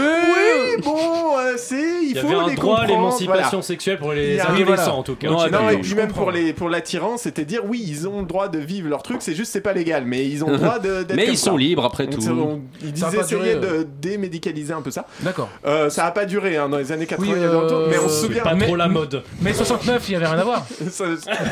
Speaker 9: bon, euh, c'est. Il,
Speaker 11: Il y
Speaker 9: faut
Speaker 11: avait un
Speaker 9: les
Speaker 11: droit à
Speaker 9: comprendre,
Speaker 11: l'émancipation
Speaker 9: voilà.
Speaker 11: sexuelle pour
Speaker 9: Il
Speaker 11: les
Speaker 9: y a-
Speaker 11: adolescents
Speaker 9: voilà.
Speaker 11: en tout cas.
Speaker 9: Non, et puis même pour les pour l'attirance, c'était dire oui, ils ont le droit de vivre leur truc, c'est juste c'est pas légal, mais ils ont le droit de. d'être
Speaker 10: Mais
Speaker 9: comme
Speaker 10: ils sont
Speaker 9: ça.
Speaker 10: libres, après
Speaker 9: Donc,
Speaker 10: tout.
Speaker 9: ça, on- Ils
Speaker 10: Ça a
Speaker 9: disaient
Speaker 10: pas duré,
Speaker 9: essayer
Speaker 10: euh.
Speaker 9: de démédicaliser un peu ça.
Speaker 6: D'accord.
Speaker 9: Euh, ça a pas duré hein, dans les années 80
Speaker 6: Oui,
Speaker 9: il y avait un
Speaker 6: euh,
Speaker 9: tour, mais on se
Speaker 6: c'est
Speaker 9: souvient
Speaker 6: pas trop la
Speaker 11: mode.
Speaker 6: Mais 69, il y avait rien à voir.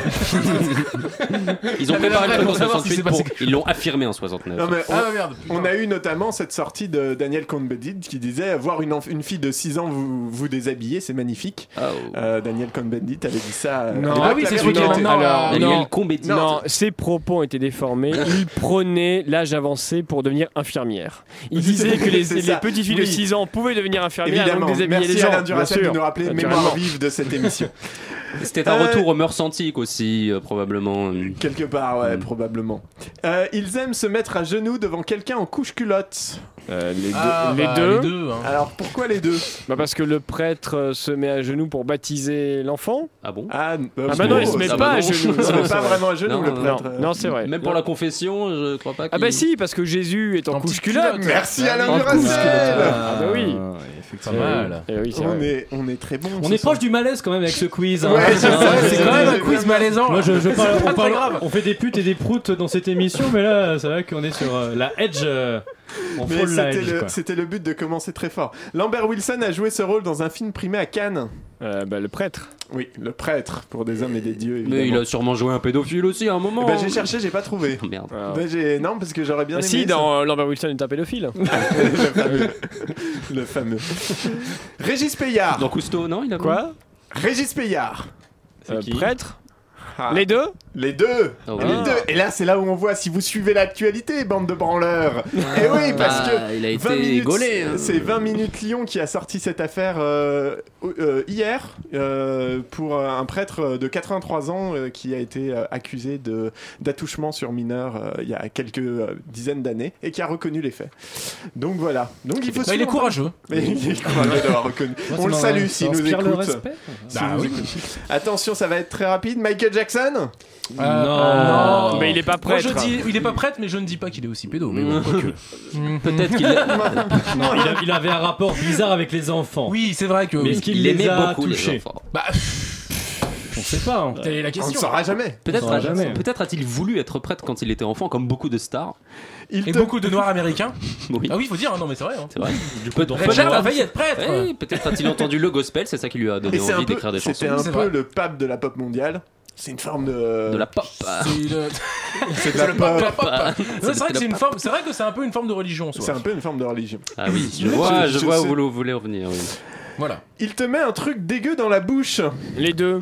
Speaker 10: Ils ont
Speaker 9: Mais
Speaker 10: préparé
Speaker 9: après,
Speaker 10: le truc en
Speaker 9: pour savoir si
Speaker 10: 68
Speaker 9: c'est
Speaker 10: pour.
Speaker 9: passé
Speaker 10: Ils l'ont affirmé en 69.
Speaker 9: Non, mais on,
Speaker 11: Ah,
Speaker 6: Ah,
Speaker 9: on a eu notamment cette sortie de Daniel Cohn-Bendit qui disait voir une, enf- une fille de 6 ans vous, vous déshabiller, c'est magnifique.
Speaker 10: Oh.
Speaker 9: Euh, Daniel Cohn-Bendit avait dit ça.
Speaker 12: Ah
Speaker 9: euh, à l'époque, la vérité.
Speaker 12: Alors, non,
Speaker 9: Euh, Non,
Speaker 12: non, ses propos ont été déformés. Il prônait l'âge avancé pour devenir infirmière. Il disait que les,
Speaker 9: C'est
Speaker 12: les
Speaker 9: ça.
Speaker 12: petites filles de
Speaker 9: Oui.
Speaker 12: 6 ans pouvaient devenir infirmières
Speaker 9: Évidemment.
Speaker 12: donc déshabiller
Speaker 9: Merci
Speaker 12: les gens.
Speaker 9: Alain
Speaker 12: bien
Speaker 9: Duracell de
Speaker 12: sûr.
Speaker 9: nous rappeler les
Speaker 12: Naturellement.
Speaker 9: mémoires vives de cette émission.
Speaker 10: C'était un
Speaker 9: Euh,
Speaker 10: retour aux mœurs antiques aussi, euh, probablement.
Speaker 9: Quelque part, ouais, probablement. Euh, ils aiment se mettre à genoux devant quelqu'un en couche-culotte.
Speaker 12: les,
Speaker 9: Ah,
Speaker 12: deux,
Speaker 9: bah,
Speaker 12: les deux.
Speaker 9: les deux, hein. Alors, pourquoi les deux
Speaker 12: bah Parce que le prêtre euh, se met à genoux pour baptiser l'enfant.
Speaker 10: Ah bon
Speaker 9: Ah,
Speaker 12: Ah bah non, il se met pas à genoux.
Speaker 9: Il se met pas vraiment à genoux,
Speaker 12: Non,
Speaker 9: le
Speaker 12: non,
Speaker 9: prêtre.
Speaker 12: non. Non, c'est vrai.
Speaker 10: Même pour la confession, je crois pas.
Speaker 12: Ah bah
Speaker 10: qu'il-
Speaker 12: si, parce que Jésus est en couche-culotte.
Speaker 9: culotte. Merci, Alain
Speaker 12: En
Speaker 9: Duracell.
Speaker 12: couche-culotte. Ah bah oui.
Speaker 11: Pas mal.
Speaker 12: Eh oui, c'est
Speaker 9: on,
Speaker 12: vrai.
Speaker 9: est, on est très bon.
Speaker 11: On est proche du malaise quand même avec ce quiz. hein.
Speaker 9: Ouais, c'est
Speaker 11: Hein,
Speaker 9: ça,
Speaker 11: c'est
Speaker 9: c'est
Speaker 11: quand
Speaker 9: ça,
Speaker 11: même un
Speaker 9: c'est
Speaker 11: quiz
Speaker 9: vraiment-
Speaker 11: malaisant. Moi, je, je
Speaker 9: C'est
Speaker 11: parle,
Speaker 9: pas
Speaker 11: on,
Speaker 9: très
Speaker 11: parle-
Speaker 9: grave.
Speaker 11: on fait des putes et des proutes dans cette émission, mais là, c'est vrai qu'on est sur euh, la edge. euh, on
Speaker 9: Mais
Speaker 11: frôle la
Speaker 9: c'était
Speaker 11: edge.
Speaker 9: le-
Speaker 11: quoi.
Speaker 9: C'était le but de commencer très fort. Lambert Wilson a joué ce rôle dans un film primé à Cannes.
Speaker 12: Euh, bah, le prêtre.
Speaker 9: Oui, le prêtre pour des hommes et des dieux.
Speaker 10: Mais il
Speaker 9: évidemment.
Speaker 10: a sûrement joué un pédophile aussi à un moment.
Speaker 9: Eh ben, j'ai cherché, j'ai pas trouvé.
Speaker 10: Oh, merde.
Speaker 9: Ben, j'ai- non, parce que j'aurais bien
Speaker 12: Ah
Speaker 11: Bah,
Speaker 9: aimé.
Speaker 12: si,
Speaker 9: ça.
Speaker 12: dans euh, Lambert Wilson est un pédophile.
Speaker 9: le fameux. Le fameux. Régis Payard.
Speaker 10: Dans Cousteau, non il a
Speaker 12: Quoi
Speaker 9: Régis Payard.
Speaker 12: Euh,
Speaker 9: qui
Speaker 12: prêtre
Speaker 9: Ah.
Speaker 12: Les deux
Speaker 9: Les deux.
Speaker 10: Ah
Speaker 9: Les
Speaker 10: oui.
Speaker 9: deux. Et là, c'est là où on voit si vous suivez l'actualité, bande de branleurs. Et oui, parce
Speaker 10: bah,
Speaker 9: que
Speaker 10: il a été
Speaker 9: 20 minutes,
Speaker 10: gaulé, hein.
Speaker 9: C'est 20 minutes Lyon qui a sorti cette affaire euh, euh, hier euh, pour euh, un prêtre de 83 ans euh, qui a été euh, accusé de d'attouchement sur mineur euh, il y a quelques euh, dizaines d'années et qui a reconnu les faits. Donc voilà. Donc il faut.
Speaker 6: Bah, il est
Speaker 9: suivre.
Speaker 6: courageux.
Speaker 9: il est courageux d'avoir reconnu.
Speaker 6: Moi, ça
Speaker 9: on le
Speaker 6: m'a-
Speaker 9: salue
Speaker 6: ça
Speaker 9: s'il nous
Speaker 6: inspire
Speaker 9: écoute.
Speaker 6: le respect.
Speaker 9: S'il
Speaker 6: Bah
Speaker 9: nous
Speaker 6: oui.
Speaker 9: écoute. Attention, ça va être très rapide. Michael Jackson. Ah.
Speaker 6: Euh,
Speaker 12: Mais il est pas prêtre.
Speaker 6: Moi, je dis, il est pas prêtre, mais je ne dis pas qu'il est aussi pédo. Mais bon, quoique.
Speaker 10: Peut-être qu'il
Speaker 11: Non, il, a- il avait un rapport bizarre avec les enfants.
Speaker 6: Oui, c'est vrai que.
Speaker 11: Mais
Speaker 6: oui.
Speaker 11: est-ce qu'il les a touchés
Speaker 6: Bah,
Speaker 11: On sait pas. hein.
Speaker 6: telle est la
Speaker 9: On ne
Speaker 6: question.
Speaker 9: saura jamais.
Speaker 11: saura
Speaker 10: Peut-être
Speaker 11: jamais.
Speaker 10: peut a-t-il voulu être prêtre quand il était enfant, comme beaucoup de stars.
Speaker 9: Il
Speaker 6: Et
Speaker 9: te-
Speaker 6: beaucoup de noirs américains.
Speaker 10: Oui.
Speaker 6: Ah oui, faut dire, hein, non, mais c'est vrai. hein.
Speaker 10: C'est vrai. Du
Speaker 6: coup, dans- Richard a failli être prêtre.
Speaker 10: Peut-être a-t-il entendu le gospel, c'est ça qui lui a donné
Speaker 9: Et c'est un
Speaker 10: envie
Speaker 9: peu-
Speaker 10: d'écrire des chansons.
Speaker 9: C'était un peu le pape de la pop mondiale. C'est une forme de.
Speaker 10: De la pop.
Speaker 6: C'est le-
Speaker 9: C'est de
Speaker 6: c'est
Speaker 9: la
Speaker 6: le
Speaker 9: pop.
Speaker 6: pop, la pop.
Speaker 10: Ah,
Speaker 6: Non,
Speaker 10: c'est
Speaker 6: C'est vrai
Speaker 10: la
Speaker 6: que c'est une forme. C'est vrai que c'est un peu une forme de religion. en soi.
Speaker 9: C'est un peu une forme de religion.
Speaker 10: Ah oui, je
Speaker 9: Je-
Speaker 10: vois, je
Speaker 9: je
Speaker 10: vois
Speaker 9: sais.
Speaker 10: où vous voulez revenir. oui.
Speaker 6: Voilà.
Speaker 9: Il te met un truc dégueu dans la bouche.
Speaker 12: Les deux.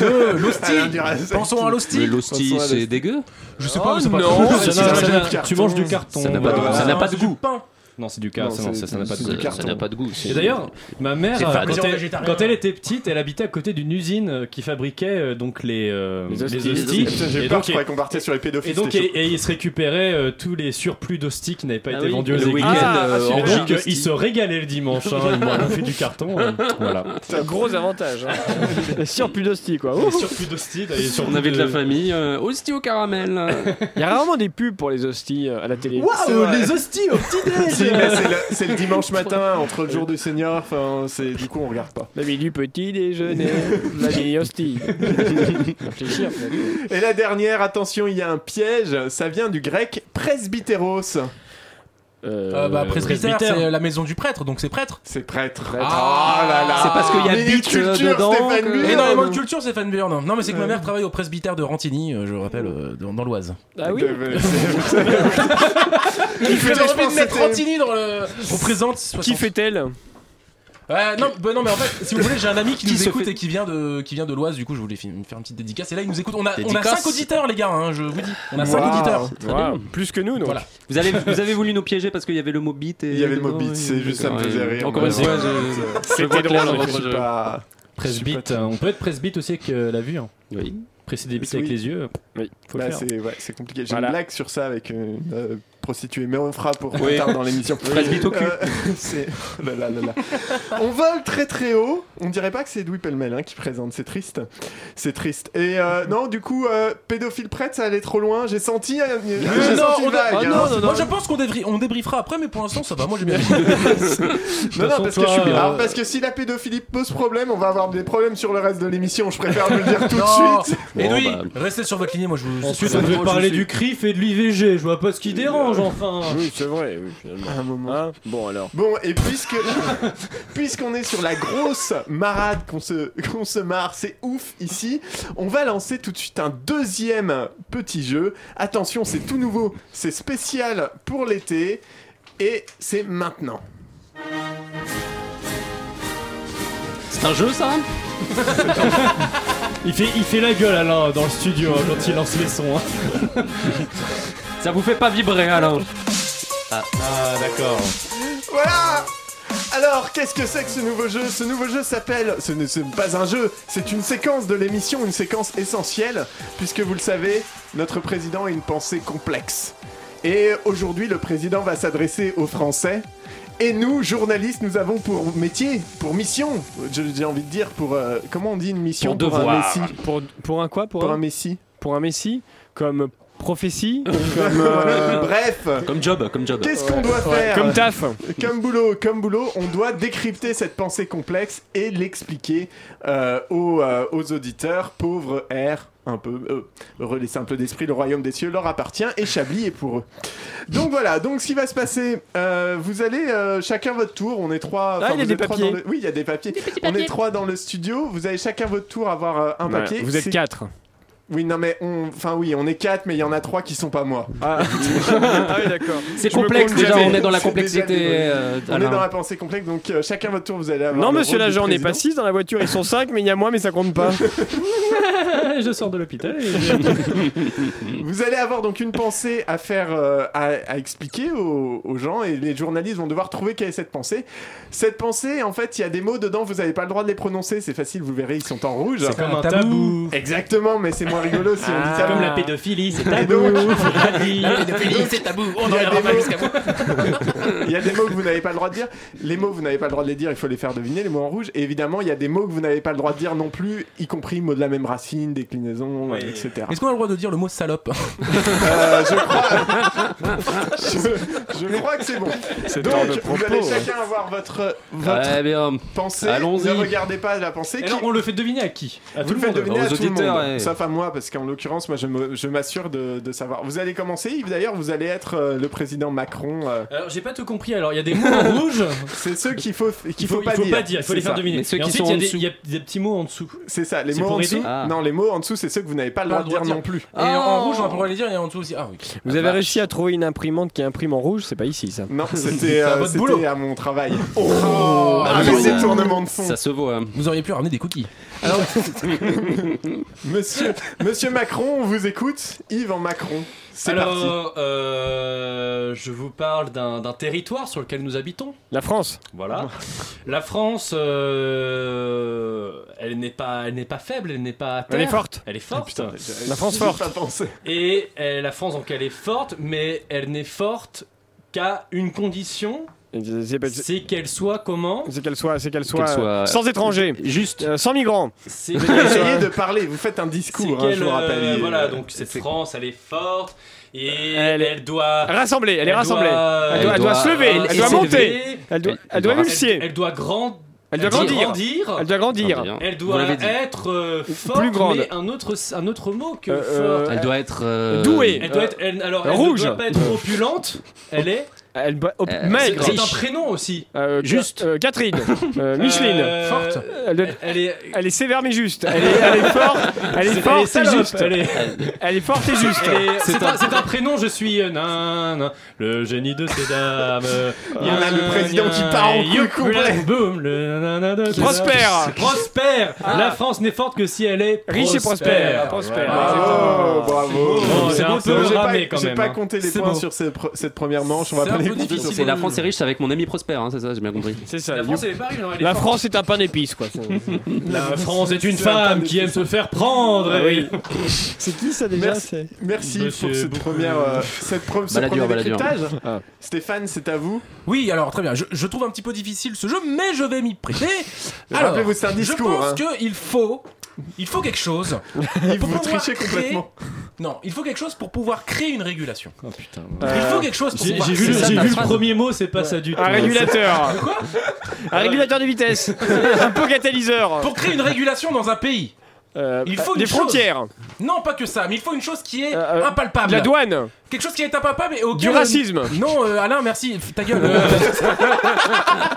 Speaker 6: De
Speaker 9: Alain
Speaker 6: l'hostie.
Speaker 9: Duracell.
Speaker 6: Pensons à l'hostie.
Speaker 10: Mais l'hostie,
Speaker 9: Pensons à
Speaker 10: c'est
Speaker 9: l'hostie.
Speaker 10: dégueu.
Speaker 6: Je sais pas. mais c'est pas
Speaker 12: Oh non,
Speaker 6: très-
Speaker 9: ça
Speaker 6: c'est-
Speaker 9: n'a-
Speaker 6: c'est-
Speaker 9: ça n'a-
Speaker 6: c'est-
Speaker 11: Tu manges du carton. Euh,
Speaker 10: Ça n'a pas de goût.
Speaker 11: Voilà.
Speaker 10: Ça n'a pas de
Speaker 6: c'est du
Speaker 10: goût.
Speaker 6: pain.
Speaker 11: Non, c'est du carton.
Speaker 9: Non,
Speaker 11: ça, ça n'a pas de
Speaker 9: c'est du
Speaker 10: Ça- Ça n'a pas de goût. c'est-
Speaker 11: Et d'ailleurs, ma mère,
Speaker 10: C'est
Speaker 11: euh,
Speaker 10: fade.
Speaker 11: quand,
Speaker 10: Dire
Speaker 11: elle,
Speaker 6: végétarien.
Speaker 11: quand
Speaker 10: hein.
Speaker 11: elle était petite, elle habitait à côté d'une usine euh, qui fabriquait euh, donc les, euh,
Speaker 12: Les hosties.
Speaker 11: hosties.
Speaker 9: Putain,
Speaker 11: Et
Speaker 9: J'ai peur
Speaker 11: donc,
Speaker 9: qu'il faudrait qu'on partait sur les pédophiles.
Speaker 11: et donc,
Speaker 9: c'était
Speaker 11: et- et ils se récupéraient euh, tous les surplus d'hosties qui n'avaient pas
Speaker 10: Ah
Speaker 11: été
Speaker 10: oui,
Speaker 11: vendus
Speaker 10: le
Speaker 11: aux
Speaker 10: week-end,
Speaker 11: églises.
Speaker 10: euh,
Speaker 11: Et
Speaker 10: orgie
Speaker 11: donc, euh,
Speaker 10: d'hosties.
Speaker 11: ils se régalaient le dimanche. hein. Ils m'ont fait du carton. hein. Voilà.
Speaker 12: C'est un gros avantage. Hein. Surplus d'hostie, quoi. Ouh.
Speaker 11: Les surplus d'hosties. et les surplus
Speaker 10: Oh. On avait de la
Speaker 11: de-
Speaker 10: famille. euh, hostie au caramel. euh.
Speaker 12: Il y a rarement des pubs pour les hosties euh, à la télé.
Speaker 6: Ah,
Speaker 9: C'est
Speaker 11: Waouh,
Speaker 9: vrai.
Speaker 11: les hosties au
Speaker 9: chaud. Si,
Speaker 11: petit
Speaker 9: mais c'est le- C'est le dimanche matin, entre le jour du Seigneur. Enfin, c'est du coup, on regarde pas.
Speaker 12: La vie du petit déjeuner, la vie des hosties. Réfléchir, peut-être.
Speaker 9: Et la dernière, attention, il y a un piège. Ça vient du grec presbytéros.
Speaker 12: Euh,
Speaker 10: Ah,
Speaker 6: Euh, bah, presbytère,
Speaker 11: Ah, presbytère.
Speaker 6: c'est la maison du prêtre, donc c'est prêtre.
Speaker 9: C'est prêtre.
Speaker 6: Ah,
Speaker 9: oh là là.
Speaker 10: c'est parce qu'il y a
Speaker 9: Minute
Speaker 10: bite, euh,
Speaker 9: culture,
Speaker 10: dedans
Speaker 9: Stéphane
Speaker 10: que-
Speaker 9: Bern.
Speaker 10: Mais
Speaker 6: Et non, les de culture, c'est fan Burn. Non, mais c'est que ma
Speaker 9: Ouais.
Speaker 6: mère travaille au presbytère de Rantigny, euh, je rappelle, euh, dans, dans l'Oise.
Speaker 12: Ah oui
Speaker 9: Il
Speaker 6: J'ai
Speaker 9: faisait- je
Speaker 6: envie
Speaker 9: pense
Speaker 6: de mettre
Speaker 9: que c'était-
Speaker 6: Rantigny dans le. On présente.
Speaker 12: Qui
Speaker 6: 60.
Speaker 12: fait-elle
Speaker 6: Ouais, non, bah non, mais en fait, si vous voulez, j'ai un ami qui
Speaker 10: Qui
Speaker 6: nous
Speaker 10: se
Speaker 6: écoute
Speaker 10: fait-
Speaker 6: et qui vient de, qui vient de l'Oise. Du coup, je voulais fi- faire une petite dédicace. Et là, il nous écoute. On a, on a
Speaker 10: Dédicace.
Speaker 6: 5 auditeurs, les gars. hein, je vous dis, on a 5
Speaker 9: Waouh.
Speaker 6: auditeurs.
Speaker 12: Waouh, Plus que nous, donc.
Speaker 6: Voilà.
Speaker 10: Vous avez, vous avez voulu nous piéger parce qu'il y avait le mot bit et...
Speaker 9: Oh, Il y avait le mot bit, c'est juste ça me faisait
Speaker 10: Ouais.
Speaker 9: rire.
Speaker 10: Encore une
Speaker 9: Ouais.
Speaker 10: fois, hein, je- je...
Speaker 12: C'était drôle.
Speaker 10: clair,
Speaker 9: Je suis pas-
Speaker 11: Presbyte, euh, on peut être presbyte aussi avec euh, la vue.
Speaker 12: Oui.
Speaker 11: Presbyte avec
Speaker 9: Oui.
Speaker 11: les yeux.
Speaker 12: Oui,
Speaker 11: faut
Speaker 9: Bah,
Speaker 11: le faire.
Speaker 9: c'est ouais, c'est compliqué. J'ai
Speaker 11: Voilà.
Speaker 9: une blague sur ça avec une euh, prostituée, mais on fera pour
Speaker 11: Oui.
Speaker 9: plus tard dans l'émission.
Speaker 11: Presbyte au cul.
Speaker 9: Euh, c'est- oh là là là là. on vole très très haut. On dirait pas que c'est Edoui Pellemel hein, qui présente. C'est triste. C'est triste. Et euh, non, du coup, euh, pédophile prêtre, ça allait trop loin. J'ai senti. euh, j'ai
Speaker 6: non, on
Speaker 9: senti une
Speaker 6: a-
Speaker 9: vague,
Speaker 6: ah
Speaker 9: hein.
Speaker 6: non, non, non. Moi je pense qu'on débrie- on débriefera après, mais pour l'instant ça va. Moi j'ai bien.
Speaker 9: Non, non, parce que, je suis
Speaker 6: euh,
Speaker 9: bien. Alors, parce que si la pédophilie pose problème, on va avoir des problèmes sur le reste de l'émission. Je préfère le dire tout de suite.
Speaker 6: Edoui, restez sur votre lignée, moi je vous.
Speaker 11: euh, Ensuite, on devait parler du CRIF et de l'IVG. Je vois pas ce qui dérange, enfin.
Speaker 12: Oui, c'est vrai, oui, finalement.
Speaker 9: un moment.
Speaker 12: Hein bon, alors.
Speaker 9: Bon, et puisque puisqu'on est sur la grosse marade qu'on se, qu'on se marre, c'est ouf ici, on va lancer tout de suite un deuxième petit jeu. Attention, c'est tout nouveau, c'est spécial pour l'été, et c'est maintenant.
Speaker 11: C'est un jeu, ça il, fait, il fait la gueule, Alain, dans le studio, hein, quand il lance les sons. hein.
Speaker 10: Ça vous fait pas vibrer, Alain Ah,
Speaker 11: d'accord.
Speaker 9: Voilà alors, qu'est-ce que c'est que ce nouveau jeu Ce nouveau jeu s'appelle... Ce n'est ce n'est pas un jeu, c'est une séquence de l'émission, une séquence essentielle, puisque vous le savez, notre président a une pensée complexe. Et aujourd'hui, le président va s'adresser aux Français. Et nous, journalistes, nous avons pour métier, pour mission, je- j'ai envie de dire, pour... euh, comment on dit une mission
Speaker 12: Pour
Speaker 9: un
Speaker 12: devoir.
Speaker 9: messie
Speaker 12: Pour, pour un quoi pour,
Speaker 9: Pour un messie
Speaker 12: Pour un messie Comme prophétie Comme. euh,
Speaker 9: Bref
Speaker 10: Comme job, comme job.
Speaker 9: Qu'est-ce qu'on doit faire
Speaker 12: Comme taf
Speaker 9: Comme boulot, comme boulot, on doit décrypter cette pensée complexe et l'expliquer euh, aux, euh, aux auditeurs. Pauvre R, un peu euh, heureux les simples d'esprit, le royaume des cieux leur appartient et Chablis est pour eux. Donc voilà, donc ce qui va se passer, euh, vous allez euh, chacun votre tour, on est trois.
Speaker 12: Ah,
Speaker 9: enfin,
Speaker 12: il y a
Speaker 9: vous
Speaker 12: des
Speaker 9: êtes trois
Speaker 12: papiers.
Speaker 9: dans le- Oui, il y a des papiers. On est trois dans le studio, vous allez chacun votre tour avoir euh, un
Speaker 12: Ouais,
Speaker 9: papier.
Speaker 12: Vous êtes
Speaker 9: C'est-
Speaker 12: quatre.
Speaker 9: Oui, non mais on. Enfin, oui, on est quatre, mais il y en a trois qui sont pas moi.
Speaker 12: Ah, oui, d'accord.
Speaker 10: C'est
Speaker 9: Je me
Speaker 10: complexe,
Speaker 9: compte
Speaker 10: déjà,
Speaker 9: jamais.
Speaker 10: on est dans la
Speaker 9: C'est déjà
Speaker 10: complexité,
Speaker 9: des-
Speaker 10: euh,
Speaker 9: on
Speaker 10: Alain.
Speaker 9: est dans la pensée complexe, donc euh, chacun votre tour, vous allez avoir.
Speaker 12: Non,
Speaker 9: le
Speaker 12: monsieur
Speaker 9: rôle du
Speaker 12: l'agent, on n'est pas
Speaker 9: président.
Speaker 12: 6 dans la voiture, ils sont 5, mais il y a moi, mais ça compte pas.
Speaker 11: je sors de l'hôpital. et je-
Speaker 9: Vous allez avoir donc une pensée à faire, euh, à, à expliquer aux, aux gens, et les journalistes vont devoir trouver quelle est cette pensée. Cette pensée, en fait, il y a des mots dedans, vous n'avez pas le droit de les prononcer, c'est facile, vous verrez, ils sont en rouge.
Speaker 11: C'est comme un tabou.
Speaker 9: Exactement, mais c'est moins rigolo si on dit
Speaker 11: C'est
Speaker 9: tabou.
Speaker 11: comme la pédophilie, c'est
Speaker 9: Et
Speaker 11: tabou.
Speaker 9: donc-
Speaker 11: La pédophilie,
Speaker 6: c'est tabou.
Speaker 9: Il y a des mots- Il y a des mots que vous n'avez pas le droit de dire. Les mots, vous n'avez pas le droit de les dire, il faut les faire deviner, les mots en rouge. Et évidemment, il y a des mots que vous n'avez pas le droit de dire non plus, y compris mots de la même racine, déclinaison, euh, etc.
Speaker 6: Est-ce qu'on a le droit de dire le mot salope
Speaker 9: Euh, je, crois... je, je crois que c'est bon.
Speaker 12: C'est
Speaker 9: Donc,
Speaker 12: hors de
Speaker 9: vous
Speaker 12: propos,
Speaker 9: allez
Speaker 12: ouais.
Speaker 9: chacun avoir votre, votre
Speaker 10: Très bien.
Speaker 9: pensée.
Speaker 10: Allons-y.
Speaker 9: Ne regardez pas la pensée.
Speaker 11: Et
Speaker 9: Qui...
Speaker 11: alors, on le fait deviner à qui À
Speaker 9: Vous
Speaker 11: tout
Speaker 9: le
Speaker 11: le
Speaker 9: faites
Speaker 11: monde.
Speaker 9: deviner
Speaker 10: Aux
Speaker 9: à tout le
Speaker 10: auditeurs,
Speaker 9: monde,
Speaker 10: ouais.
Speaker 9: sauf à moi, parce qu'en l'occurrence, moi, je me- je m'assure de, de savoir. Vous allez commencer, Yves, d'ailleurs, vous allez être euh, le président Macron. euh,
Speaker 11: Alors, j'ai pas tout compris. Alors, il y a des mots en rouge.
Speaker 9: C'est ceux qu'il faut, qu'il
Speaker 11: Il
Speaker 9: faut,
Speaker 11: faut,
Speaker 9: pas,
Speaker 11: il faut
Speaker 9: dire.
Speaker 11: pas dire, il faut
Speaker 9: C'est
Speaker 11: les faire
Speaker 9: ça.
Speaker 11: deviner.
Speaker 10: Mais ceux
Speaker 11: Et
Speaker 10: qui sont
Speaker 11: ensuite, il y a
Speaker 10: en
Speaker 11: des-
Speaker 10: dessous.
Speaker 11: il y, a des petits mots en dessous.
Speaker 9: C'est ça, les
Speaker 11: C'est
Speaker 9: mots
Speaker 11: pour
Speaker 9: en dessous.
Speaker 11: aider
Speaker 10: Ah.
Speaker 9: Non, les mots en dessous, c'est ceux que vous n'avez pas le droit de dire non plus.
Speaker 6: Et en rouge, on a pas le droit de les dire, et en dessous aussi. Ah oui.
Speaker 12: Vous avez réussi à trouver une imprimante qui imprime en rouge, c'est pas ici ça.
Speaker 9: Non, c'était
Speaker 6: à
Speaker 9: euh,
Speaker 6: votre
Speaker 9: c'était
Speaker 6: boulot.
Speaker 9: à mon travail. Oh,
Speaker 10: Ah,
Speaker 9: ah,
Speaker 10: mais
Speaker 9: mais
Speaker 10: ça-
Speaker 9: c'est tournement de fond.
Speaker 10: Ça se voit. hein.
Speaker 6: Vous auriez pu ramener des cookies.
Speaker 9: Monsieur, Monsieur Macron, on vous écoute. Yves en Macron. C'est parti.
Speaker 11: Alors, euh, je vous parle d'un d'un territoire sur lequel nous habitons.
Speaker 12: La France
Speaker 11: Voilà. La France, euh, elle n'est pas, elle n'est pas faible, elle n'est pas. à
Speaker 12: Elle est
Speaker 11: terre.
Speaker 12: forte.
Speaker 11: Elle est forte. Ah,
Speaker 12: La France
Speaker 9: J'y ai
Speaker 12: forte.
Speaker 9: pas pensé.
Speaker 11: Et euh, la France, donc, elle est forte, mais elle n'est forte qu'à une condition,
Speaker 12: C'est pas-
Speaker 11: c'est qu'elle soit comment
Speaker 12: c'est qu'elle soit, c'est qu'elle soit,
Speaker 10: Qu'elle soit-
Speaker 12: euh, sans étrangers,
Speaker 10: Juste.
Speaker 12: euh, sans migrants.
Speaker 11: C'est
Speaker 9: Vous essayez de parler, vous faites un discours, hein,
Speaker 11: qu'elle,
Speaker 9: je vous rappelle.
Speaker 11: euh,
Speaker 9: il-
Speaker 11: voilà, donc cette
Speaker 9: c'est-
Speaker 11: France, elle est forte et
Speaker 12: Elle
Speaker 11: elle,
Speaker 12: est-
Speaker 11: doit.
Speaker 12: Rassemblée, elle est rassemblée.
Speaker 11: Doit,
Speaker 12: Elle doit- elle doit se lever, elle doit
Speaker 11: s'élever,
Speaker 12: monter. Elle doit,
Speaker 10: Elle-
Speaker 12: elle doit
Speaker 10: elle doit-
Speaker 12: émulsier.
Speaker 11: Elle, elle doit grand-
Speaker 12: Elle doit grandir. Elle doit grandir.
Speaker 10: bien.
Speaker 11: Elle
Speaker 10: hein. Vous
Speaker 11: doit
Speaker 10: l'avez dit.
Speaker 11: être euh, forte,
Speaker 12: Plus grande.
Speaker 11: mais un autre, un autre mot que
Speaker 12: Euh, euh,
Speaker 11: forte.
Speaker 10: Elle doit être. euh,
Speaker 12: Douée.
Speaker 11: Elle doit être, elle- alors, elle
Speaker 12: rouge.
Speaker 11: ne doit pas être opulente, elle est.
Speaker 12: Elle doit- oh,
Speaker 10: Euh,
Speaker 12: maigre.
Speaker 11: C'est un prénom aussi.
Speaker 12: Euh,
Speaker 10: Juste.
Speaker 12: euh, Catherine. Euh, Micheline.
Speaker 11: Euh,
Speaker 6: Forte.
Speaker 12: Elle, doit-
Speaker 11: Elle, elle est.
Speaker 12: elle est sévère mais juste. Elle est, elle est forte. Elle est
Speaker 11: elle est
Speaker 12: forte et
Speaker 11: salope,
Speaker 12: juste.
Speaker 11: elle est-
Speaker 12: Elle est forte et juste.
Speaker 11: elle est- C'est un, c'est un prénom, je suis euh, nan, nan, le génie de ces dames.
Speaker 9: Il y en a Ah, le président qui part en couille complet.
Speaker 11: Boum, le nanana de ces
Speaker 12: Prospère.
Speaker 11: dames. Prospère
Speaker 9: Ah.
Speaker 11: La France n'est forte que si elle est
Speaker 12: Riche et prospère. Prospère.
Speaker 9: Bravo, bravo.
Speaker 11: Bon, j'ai un
Speaker 9: Bon,
Speaker 11: peu
Speaker 9: j'ai pas-
Speaker 11: ramé quand
Speaker 9: J'ai
Speaker 11: même,
Speaker 9: pas
Speaker 11: hein.
Speaker 9: compté les
Speaker 11: C'est
Speaker 9: points
Speaker 11: bon.
Speaker 9: sur ces pre- cette première manche, on va
Speaker 6: C'est
Speaker 9: pas
Speaker 6: un
Speaker 9: les
Speaker 10: C'est la France est riche, c'est avec mon ami Prosper, hein, c'est ça, j'ai bien compris.
Speaker 12: C'est ça.
Speaker 10: La
Speaker 11: France, elle est pas riche, hein, elle est
Speaker 12: La
Speaker 11: forte.
Speaker 12: France est un pain d'épices, quoi.
Speaker 11: La France est une femme qui aime se faire prendre.
Speaker 12: Ah
Speaker 11: et-
Speaker 12: C'est qui ça déjà
Speaker 9: Merci,
Speaker 12: c'est-
Speaker 9: merci
Speaker 11: Monsieur
Speaker 9: pour cette
Speaker 11: Bouffon.
Speaker 9: première, euh, cette pro- ce
Speaker 6: Balladur,
Speaker 9: premier
Speaker 6: Balladur.
Speaker 9: décryptage.
Speaker 6: Ah.
Speaker 9: Stéphane, c'est à vous.
Speaker 6: Oui, alors très bien. Je, je trouve un petit peu difficile ce jeu, mais je vais m'y prêter.
Speaker 9: Rappelez-vous, c'est un
Speaker 6: Je
Speaker 9: discours,
Speaker 6: pense
Speaker 9: hein.
Speaker 6: qu'il faut, il faut quelque chose.
Speaker 9: Il
Speaker 6: pour
Speaker 9: vous
Speaker 6: pouvoir
Speaker 9: trichez
Speaker 6: créer-
Speaker 9: complètement.
Speaker 6: Non, il faut quelque chose pour pouvoir créer une régulation.
Speaker 12: putain.
Speaker 6: Il faut quelque chose pour
Speaker 11: J'ai
Speaker 6: pouvoir
Speaker 11: j'ai vu,
Speaker 6: créer-
Speaker 11: le-
Speaker 6: C'est ça, ta
Speaker 11: j'ai vu le
Speaker 6: phrase.
Speaker 11: premier mot, c'est pas ça du tout.
Speaker 12: Euh, Un régulateur. Un régulateur de vitesse. un peu catalyseur.
Speaker 6: Pour créer une régulation dans un pays,
Speaker 12: Euh,
Speaker 6: il faut
Speaker 12: des
Speaker 6: une chose-
Speaker 12: frontières.
Speaker 6: Non, pas que ça, mais il faut une chose qui est
Speaker 12: Euh,
Speaker 6: impalpable.
Speaker 12: de la douane.
Speaker 6: Quelque chose qui est impalpable et auquel-
Speaker 12: Du racisme.
Speaker 6: Non, euh, Alain, merci. F- Ta gueule. euh.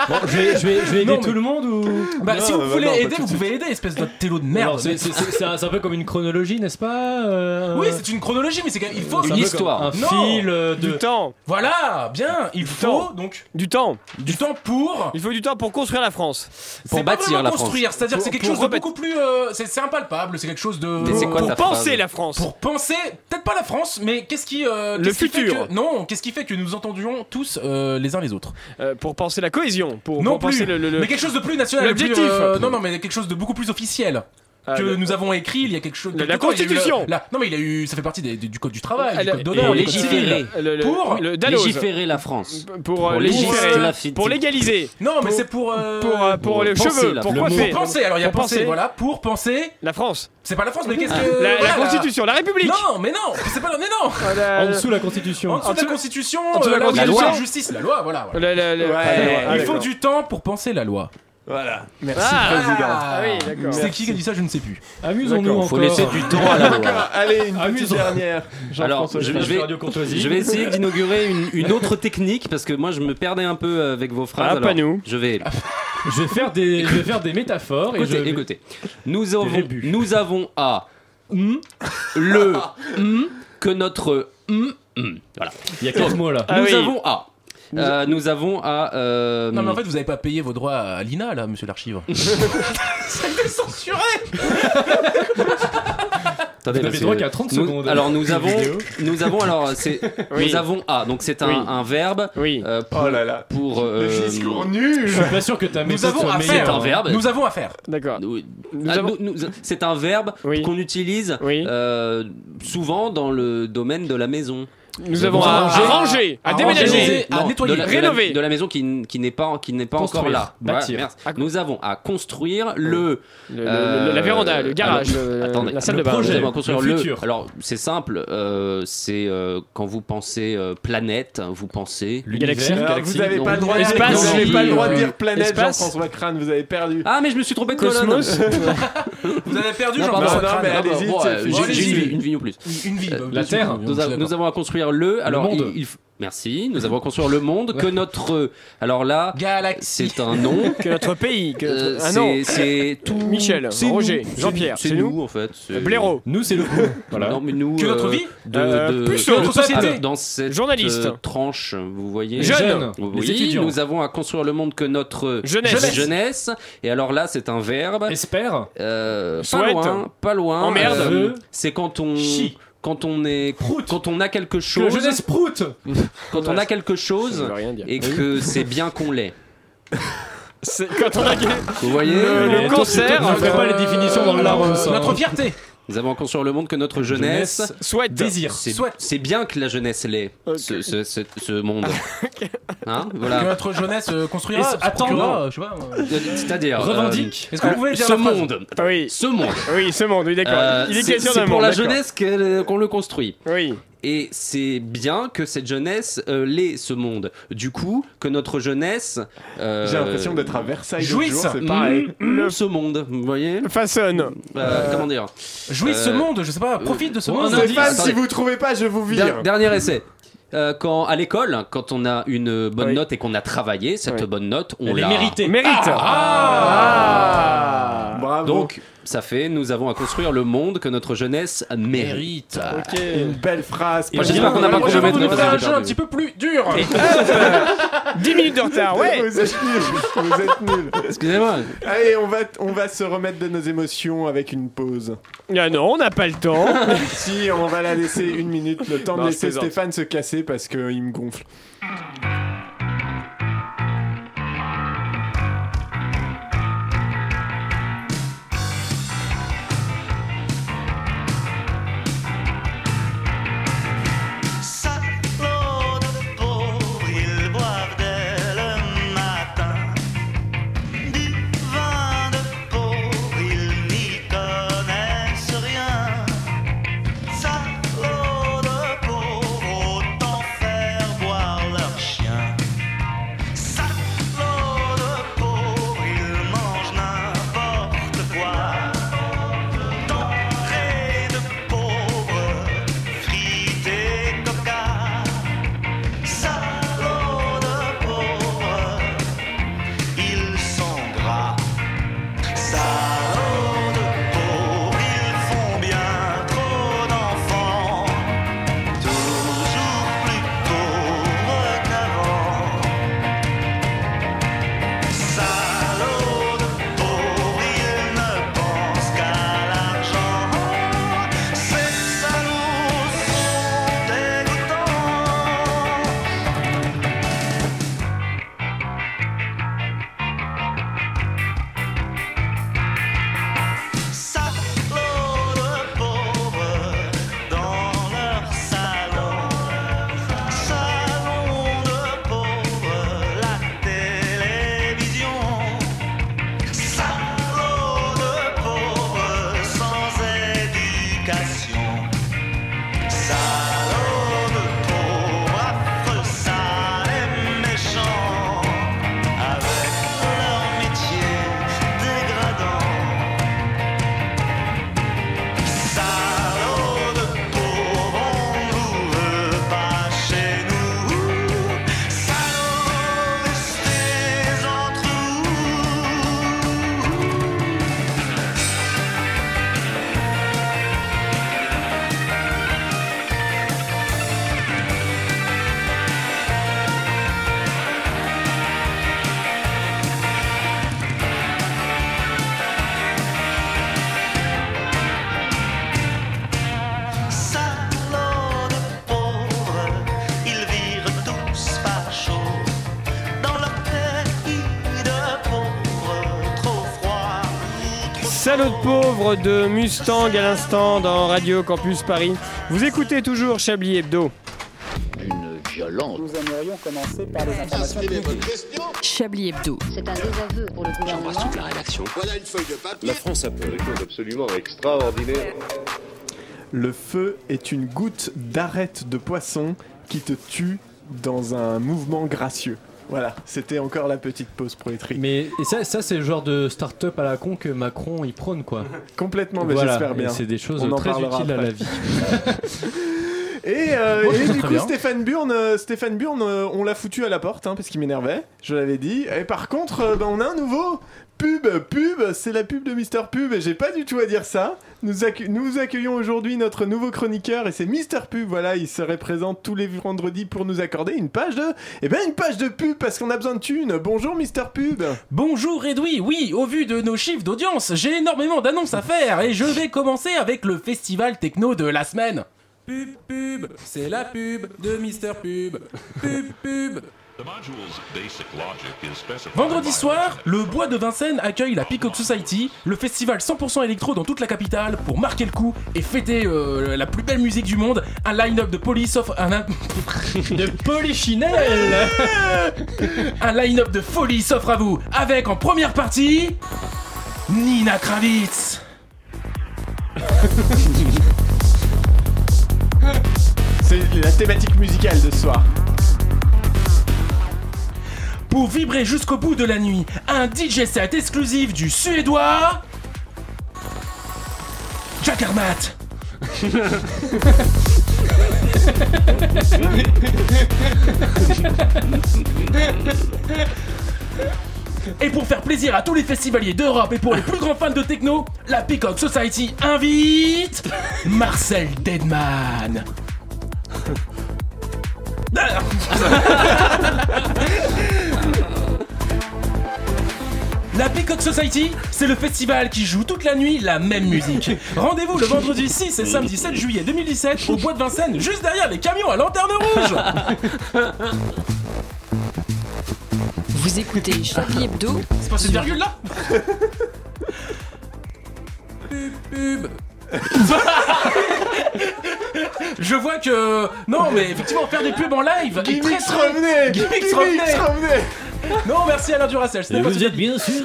Speaker 11: Bon, je vais, je vais- je vais aider
Speaker 6: Non, mais-
Speaker 11: tout le monde ou
Speaker 6: Bah, si vous
Speaker 11: bah,
Speaker 6: voulez
Speaker 11: non, pas
Speaker 6: aider, vous
Speaker 11: tout de suite.
Speaker 6: pouvez aider, espèce de télo de merde.
Speaker 11: Alors, c'est- c'est- c'est- C'est un c'est un peu comme une chronologie, n'est-ce pas euh,
Speaker 6: Oui, c'est une chronologie, mais c'est quand même- il faut
Speaker 11: c'est un peu comme un
Speaker 6: Non.
Speaker 11: fil euh, de
Speaker 12: Du temps.
Speaker 6: Voilà, bien. Il faut donc
Speaker 12: Du temps.
Speaker 6: du temps pour.
Speaker 12: Il faut du temps pour construire la France.
Speaker 6: c'est pas vraiment construire, c'est-à-dire que c'est quelque chose de beaucoup plus. euh, c'est c'est impalpable, c'est quelque chose de.
Speaker 12: Pour, pour penser la France.
Speaker 6: Pour penser, peut-être pas la France, mais qu'est-ce qui. euh,
Speaker 12: Le
Speaker 6: qu'est-ce qui fait
Speaker 12: futur.
Speaker 6: que- Non, qu'est-ce qui fait que nous entendions tous euh, les uns les autres
Speaker 12: Euh, pour penser la cohésion. Pour,
Speaker 6: Non
Speaker 12: pour
Speaker 6: plus.
Speaker 12: penser le, le- le-
Speaker 6: Mais quelque chose de plus national. de plus,
Speaker 12: L'objectif.
Speaker 6: euh, non, non, mais quelque chose de beaucoup plus officiel.
Speaker 12: Ah,
Speaker 6: que
Speaker 12: le-
Speaker 6: nous avons écrit, il y a quelque chose.
Speaker 12: La- la
Speaker 6: quelque temps, il y a eu le-
Speaker 12: Constitution.
Speaker 6: la- non, mais il y a eu, ça fait partie des- du du code du travail,
Speaker 12: Elle
Speaker 6: du
Speaker 12: a-
Speaker 6: code d'honneur,
Speaker 12: et
Speaker 6: du code civil.
Speaker 12: le- le-
Speaker 6: pour
Speaker 12: le Dalloz.
Speaker 10: légiférer la France.
Speaker 12: Pour, euh,
Speaker 10: Pour
Speaker 12: légiférer.
Speaker 10: légiférer.
Speaker 12: Pour légaliser.
Speaker 6: Non, mais
Speaker 12: Pour-
Speaker 6: c'est pour euh,
Speaker 12: Pour, euh, pour les
Speaker 10: penser,
Speaker 12: cheveux.
Speaker 10: là.
Speaker 12: Pour
Speaker 10: Le
Speaker 12: coiffer.
Speaker 6: pour penser. Alors il y a
Speaker 12: Pour
Speaker 6: penser,
Speaker 12: penser.
Speaker 6: voilà, pour penser.
Speaker 12: La France.
Speaker 6: C'est pas la France, mais qu'est-ce que
Speaker 12: La, la
Speaker 6: voilà,
Speaker 12: Constitution, la République. Ah,
Speaker 6: Non, mais non, c'est pas la- mais non.
Speaker 12: La-
Speaker 11: En dessous la Constitution.
Speaker 6: Euh, En dessous de la
Speaker 12: dessous-
Speaker 6: Constitution,
Speaker 12: en dessous de
Speaker 6: euh,
Speaker 12: la
Speaker 6: là où il y a
Speaker 12: Constitution.
Speaker 6: la justice, la loi, voilà. voilà.
Speaker 12: La- la- la-
Speaker 6: Ouais,
Speaker 12: Ah,
Speaker 6: il faut
Speaker 12: d'accord.
Speaker 6: du temps pour penser la loi.
Speaker 9: Voilà.
Speaker 6: Merci,
Speaker 12: Ah,
Speaker 6: président.
Speaker 12: ah oui, d'accord.
Speaker 6: C'est qui
Speaker 12: Merci.
Speaker 6: qui a dit ça Je ne sais plus.
Speaker 11: Amusons-nous encore.
Speaker 10: Faut laisser du temps à la loi.
Speaker 9: D'accord, Ah, allez, une petite
Speaker 11: Amusons.
Speaker 9: dernière.
Speaker 10: Alors,
Speaker 11: Jean-François
Speaker 10: je, je
Speaker 11: Jean-
Speaker 10: vais,
Speaker 11: Radio Courtoisie.
Speaker 10: je vais essayer d'inaugurer une, une autre technique parce que moi je me perdais un peu euh, avec vos phrases.
Speaker 12: Ah, pas
Speaker 10: alors
Speaker 12: nous.
Speaker 10: Je vais
Speaker 11: Je vais faire des, je vais faire des métaphores et je.
Speaker 10: Écoutez,
Speaker 11: vais-
Speaker 10: écoutez. Nous avons,
Speaker 11: rébus.
Speaker 10: nous avons à
Speaker 11: Hmm
Speaker 10: mm, le mm, que notre mm, mm. voilà.
Speaker 11: Il y a quatre
Speaker 10: Donc,
Speaker 11: mots là.
Speaker 12: Ah
Speaker 10: nous
Speaker 12: oui.
Speaker 10: avons à. euh, nous avons à. euh,
Speaker 6: Non, mais en fait, vous avez pas payé vos droits à l'INA, là, monsieur l'archive. C'était censuré
Speaker 10: attendez,
Speaker 11: Vous
Speaker 10: parce
Speaker 11: n'avez
Speaker 10: que-
Speaker 11: droit qu'à 30
Speaker 10: nous-
Speaker 11: secondes.
Speaker 10: Alors nous avons,
Speaker 11: vidéo.
Speaker 10: nous avons alors c'est,
Speaker 12: Oui.
Speaker 10: nous avons à. Donc c'est un,
Speaker 12: Oui.
Speaker 10: un verbe
Speaker 12: Oui.
Speaker 10: euh, pour.
Speaker 9: Oh là là.
Speaker 10: pour,
Speaker 9: Le
Speaker 10: euh,
Speaker 9: discours nul.
Speaker 11: Je suis pas sûr que ta
Speaker 6: Nous
Speaker 11: méthode
Speaker 6: avons
Speaker 11: soit
Speaker 6: à
Speaker 10: C'est un
Speaker 11: meilleure.
Speaker 10: verbe.
Speaker 6: Nous avons à faire.
Speaker 12: D'accord.
Speaker 10: Nous-
Speaker 12: Nous
Speaker 10: ah,
Speaker 12: avons-
Speaker 10: nous- nous- c'est un verbe
Speaker 12: Oui.
Speaker 10: qu'on utilise
Speaker 12: Oui.
Speaker 10: euh, souvent dans le domaine de la maison.
Speaker 12: Nous avons à
Speaker 6: ranger.
Speaker 12: à ranger, à
Speaker 6: À
Speaker 12: déménager.
Speaker 6: ranger. à nettoyer.
Speaker 10: de la, de la-
Speaker 12: Rénover.
Speaker 10: De la maison qui, n- qui n'est pas, qui n'est pas encore
Speaker 11: Construire,
Speaker 10: là.
Speaker 11: bâtir.
Speaker 10: merci. Nous avons à construire le.
Speaker 12: Le- le-
Speaker 10: euh,
Speaker 12: le- la véranda, le garage,
Speaker 10: alors,
Speaker 12: le-
Speaker 10: attendez,
Speaker 12: Euh, la salle
Speaker 10: le
Speaker 12: de bain.
Speaker 10: projet,
Speaker 12: Le-
Speaker 10: nous avons à construire
Speaker 11: le
Speaker 10: le-
Speaker 11: futur.
Speaker 10: alors, c'est simple, euh, c'est euh, quand vous pensez euh, planète, vous pensez.
Speaker 12: Galaxie.
Speaker 9: Alors, vous n'avez pas, le droit de-
Speaker 12: Espace.
Speaker 9: vous n'avez pas le droit de dire planète,
Speaker 12: Espace.
Speaker 9: Jean-François Crane, vous avez perdu.
Speaker 10: Ah, mais je me suis trompé de colonne.
Speaker 12: Cosmos.
Speaker 6: Vous avez perdu,
Speaker 10: Non,
Speaker 6: Jean-Pierre
Speaker 10: pardon,
Speaker 9: non,
Speaker 6: Socrate.
Speaker 9: mais
Speaker 10: Ah, bah,
Speaker 9: allez-y,
Speaker 10: bon,
Speaker 9: c'est-
Speaker 10: euh,
Speaker 9: c'est-
Speaker 10: j'ai-
Speaker 9: c'est-
Speaker 10: j'ai une
Speaker 6: c'est-
Speaker 10: vie- une vie ou plus.
Speaker 6: Une vie. bah,
Speaker 11: la
Speaker 6: bien
Speaker 11: Terre.
Speaker 6: sûr,
Speaker 10: Nous,
Speaker 6: on est
Speaker 10: avons- nous
Speaker 6: d'accord.
Speaker 10: avons à construire le. Alors,
Speaker 11: monde.
Speaker 10: il- il f- merci. Nous avons à construire le monde que notre. euh, Alors là,
Speaker 6: Galaxie.
Speaker 10: c'est un nom.
Speaker 12: Que notre pays. Que
Speaker 10: Euh,
Speaker 12: notre... Ah
Speaker 10: c'est-
Speaker 12: non.
Speaker 10: c'est tout.
Speaker 12: Michel,
Speaker 10: c'est nous,
Speaker 12: Roger,
Speaker 10: c'est
Speaker 12: Jean-Pierre,
Speaker 10: nous,
Speaker 12: c'est
Speaker 10: C'est
Speaker 12: nous.
Speaker 10: nous, en fait. c'est-
Speaker 12: Blaireau.
Speaker 11: Nous c'est le coup. Voilà.
Speaker 10: Non, mais nous.
Speaker 6: Que notre
Speaker 10: euh,
Speaker 6: vie
Speaker 10: de,
Speaker 12: Euh,
Speaker 10: de-
Speaker 12: plus
Speaker 10: de-
Speaker 12: notre
Speaker 10: de-
Speaker 12: société.
Speaker 10: Dans cette
Speaker 12: Journaliste.
Speaker 10: euh, tranche, vous voyez.
Speaker 12: Jeunes.
Speaker 11: Jeunes.
Speaker 10: Oui,
Speaker 11: Les étudiants.
Speaker 10: nous avons à construire le monde que notre
Speaker 12: Jeunesse.
Speaker 10: jeunesse. Et alors là, c'est un verbe.
Speaker 11: Espère.
Speaker 10: Euh, pas
Speaker 12: Souhaite.
Speaker 10: loin, pas loin.
Speaker 12: Emmerde.
Speaker 10: Euh, c'est quand on.
Speaker 11: Chie.
Speaker 10: Quand on est.
Speaker 11: Prout.
Speaker 10: Quand on a quelque
Speaker 11: Que
Speaker 10: chose.
Speaker 11: jeunesse prout.
Speaker 10: Quand on a quelque
Speaker 12: Je
Speaker 10: chose.
Speaker 12: veux rien dire. Ah
Speaker 10: Et que c'est bien qu'on l'ait.
Speaker 12: C'est quand on a
Speaker 10: Vous voyez
Speaker 12: le
Speaker 11: toi, c'est-
Speaker 12: cancer.
Speaker 11: toi, tu ne fais pas les définitions dans le Larousse. hein.
Speaker 6: euh, Notre fierté.
Speaker 10: Nous avons à construire le monde que notre jeunesse.
Speaker 11: Jeunesse.
Speaker 12: souhaite.
Speaker 11: Désir.
Speaker 10: C'est-
Speaker 6: Soit.
Speaker 10: C'est bien que la jeunesse l'ait,
Speaker 12: Ok.
Speaker 10: ce, ce- ce- ce monde. Hein,
Speaker 6: Que
Speaker 10: voilà.
Speaker 6: notre jeunesse euh, construira.
Speaker 11: Et ce-
Speaker 6: se procurera,
Speaker 11: attends.
Speaker 6: euh, je sais pas. euh,
Speaker 10: C'est-à-dire. euh,
Speaker 11: Revendique.
Speaker 6: Est-ce que vous pouvez dire
Speaker 10: ce
Speaker 6: la phrase
Speaker 10: monde.
Speaker 12: Ah Oui,
Speaker 10: Ce monde.
Speaker 12: oui, ce monde, oui, d'accord.
Speaker 10: euh,
Speaker 12: Il est
Speaker 10: c'est-
Speaker 12: question
Speaker 10: c'est
Speaker 12: d'un
Speaker 10: pour
Speaker 12: monde,
Speaker 10: la
Speaker 12: d'accord.
Speaker 10: jeunesse qu'elle- qu'on le construit.
Speaker 12: Oui.
Speaker 10: Et c'est bien que cette jeunesse euh, l'ait, ce monde. Du coup, que notre jeunesse. euh,
Speaker 9: J'ai l'impression d'être à Versailles l'autre
Speaker 6: Jouisse.
Speaker 9: jour, c'est pareil.
Speaker 10: mm, mm, ce monde, vous voyez
Speaker 12: Façonne.
Speaker 10: Euh, Comment dire
Speaker 6: Jouis ce
Speaker 10: Euh,
Speaker 6: monde, je sais pas, profite de ce
Speaker 10: euh,
Speaker 6: monde.
Speaker 10: un indice.
Speaker 9: Stéphane, si
Speaker 10: Attendez.
Speaker 9: vous trouvez pas, je vous
Speaker 10: Der-
Speaker 9: vire.
Speaker 10: Dernier essai. Euh, quand à l'école, quand on a une bonne
Speaker 12: Oui.
Speaker 10: note et qu'on a travaillé cette
Speaker 12: Oui.
Speaker 10: bonne note, on
Speaker 11: Elle est
Speaker 10: l'a
Speaker 11: méritée.
Speaker 12: Mérite. Ah.
Speaker 6: hein,
Speaker 9: Bravo.
Speaker 10: Donc, ça fait, nous avons à construire le monde que notre jeunesse mérite.
Speaker 12: Ok.
Speaker 9: une belle phrase.
Speaker 10: Et j'espère qu'on n'a pas
Speaker 6: Moi, je
Speaker 10: trop
Speaker 6: vais
Speaker 10: mettre
Speaker 6: vous
Speaker 10: notre
Speaker 6: faire un
Speaker 10: réserve.
Speaker 6: jeu un petit peu plus dur.
Speaker 12: 10 minutes de retard, ouais.
Speaker 9: Vous êtes nuls. Vous êtes nuls.
Speaker 10: Excusez-moi.
Speaker 9: Allez, on va, on va se remettre de nos émotions avec une pause.
Speaker 12: Ah non, on n'a pas le temps.
Speaker 9: si, on va la laisser une minute, le temps
Speaker 12: Non,
Speaker 9: de
Speaker 12: je
Speaker 9: laisser
Speaker 12: plaisante.
Speaker 9: Stéphane se casser parce qu'il me gonfle.
Speaker 12: Salaud de pauvre de Mustang à l'instant dans Radio Campus Paris. Vous écoutez toujours Chablis Hebdo.
Speaker 14: Une violence.
Speaker 15: Nous aimerions commencer par les informations publiques.
Speaker 13: Chablis Hebdo.
Speaker 16: C'est un désaveu pour le gouvernement.
Speaker 1: la rédaction. Voilà une feuille de papier. La France a fait des choses absolument extraordinaires.
Speaker 9: Le feu est une goutte d'arête de poisson qui te tue dans un mouvement gracieux. Voilà, c'était encore la petite pause poétrie.
Speaker 17: Mais et ça, ça c'est le genre de start-up à la con que Macron y prône quoi.
Speaker 9: Complètement, mais
Speaker 17: Voilà,
Speaker 9: j'espère bien.
Speaker 17: et C'est des choses
Speaker 9: On en
Speaker 17: très utiles
Speaker 9: parlera
Speaker 17: à
Speaker 9: après.
Speaker 17: la vie.
Speaker 9: Et, euh,
Speaker 17: Bon,
Speaker 9: et
Speaker 17: très
Speaker 9: du coup,
Speaker 17: bien.
Speaker 9: Stéphane Burn, euh, Stéphane Burn, on l'a foutu à la porte hein, parce qu'il m'énervait, je l'avais dit. Et par contre, euh, ben, on a un nouveau pub, pub, c'est la pub de Mister Pub et j'ai pas du tout à dire ça. Nous, accue- nous accueillons aujourd'hui notre nouveau chroniqueur et c'est Mister Pub. Voilà, il serait présent tous les vendredis pour nous accorder une page de, eh ben une page de pub parce qu'on a besoin de thunes. Bonjour Mister Pub.
Speaker 11: Bonjour Edoui, oui, au vu de nos chiffres d'audience, j'ai énormément d'annonces à faire et je vais commencer avec le festival techno de la semaine. Pub pub, c'est la pub de Mister Pub. Pub pub. Vendredi soir, le Bois de Vincennes accueille la Peacock Society, le festival 100% électro dans toute la capitale pour marquer le coup et fêter euh, la plus belle musique du monde, un line-up de police of un de polichinelle. un line-up de folie s'offre à vous avec en première partie Nina Kravitz.
Speaker 9: C'est la thématique musicale de ce soir.
Speaker 11: Pour vibrer jusqu'au bout de la nuit, un DJ set exclusif du suédois Jack Armat. Et pour faire plaisir à tous les festivaliers d'Europe et pour les plus grands fans de techno, la Peacock Society invite Marcel Deadman. Ah La Peacock Society, c'est le festival qui joue toute la nuit la même musique. Rendez-vous le vendredi 6 et samedi 7 juillet 2017 au Bois de Vincennes, juste derrière les camions à lanterne rouge.
Speaker 13: Vous écoutez Chablis Hebdo.
Speaker 11: C'est pas cette virgule là Pub. Je vois que non mais effectivement faire des pubs en live. est très
Speaker 9: Gimmicks revenez,
Speaker 11: Gimmicks
Speaker 9: gimmicks
Speaker 11: revenez.
Speaker 9: revenez.
Speaker 11: Non merci Alain Duracell. c'était
Speaker 18: Et
Speaker 11: pas
Speaker 18: vous
Speaker 11: ce-
Speaker 18: êtes bien sûr.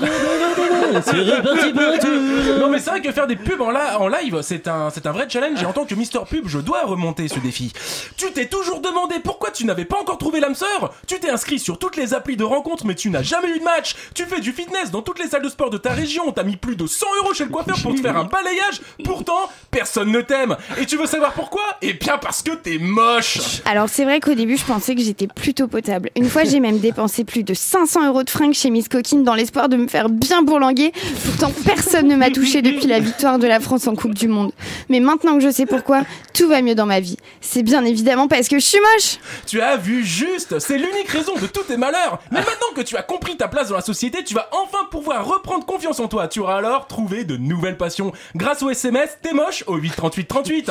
Speaker 18: C'est reparti pour un tour.
Speaker 11: Non mais c'est vrai que faire des pubs en, la- en live c'est un, c'est un vrai challenge et en tant que Mister Pub je dois remonter ce défi. Tu t'es toujours demandé pourquoi tu n'avais pas encore trouvé l'âme sœur Tu t'es inscrit sur toutes les applis de rencontres mais tu n'as jamais eu de match Tu fais du fitness dans toutes les salles de sport de ta région, on t'a mis plus de 100 euros chez le coiffeur pour te faire un balayage, pourtant personne ne t'aime Et tu veux savoir pourquoi Eh bien parce que t'es moche
Speaker 19: Alors c'est vrai qu'au début je pensais que j'étais plutôt potable. Une fois j'ai même dépensé plus de 500 euros de fringues chez Miss Coquine dans l'espoir de me faire bien bourlinguer. Pourtant personne ne m'a touché depuis la victoire de la France en Coupe du Monde. Mais maintenant que je sais pourquoi, tout va mieux dans ma vie. C'est bien évidemment parce que je suis moche.
Speaker 11: Tu as vu juste, c'est l'unique raison de tous tes malheurs. Mais maintenant que tu as compris ta place dans la société, tu vas enfin pouvoir reprendre confiance en toi. Tu auras alors trouvé de nouvelles passions. Grâce au SMS, t'es moche au 838 38.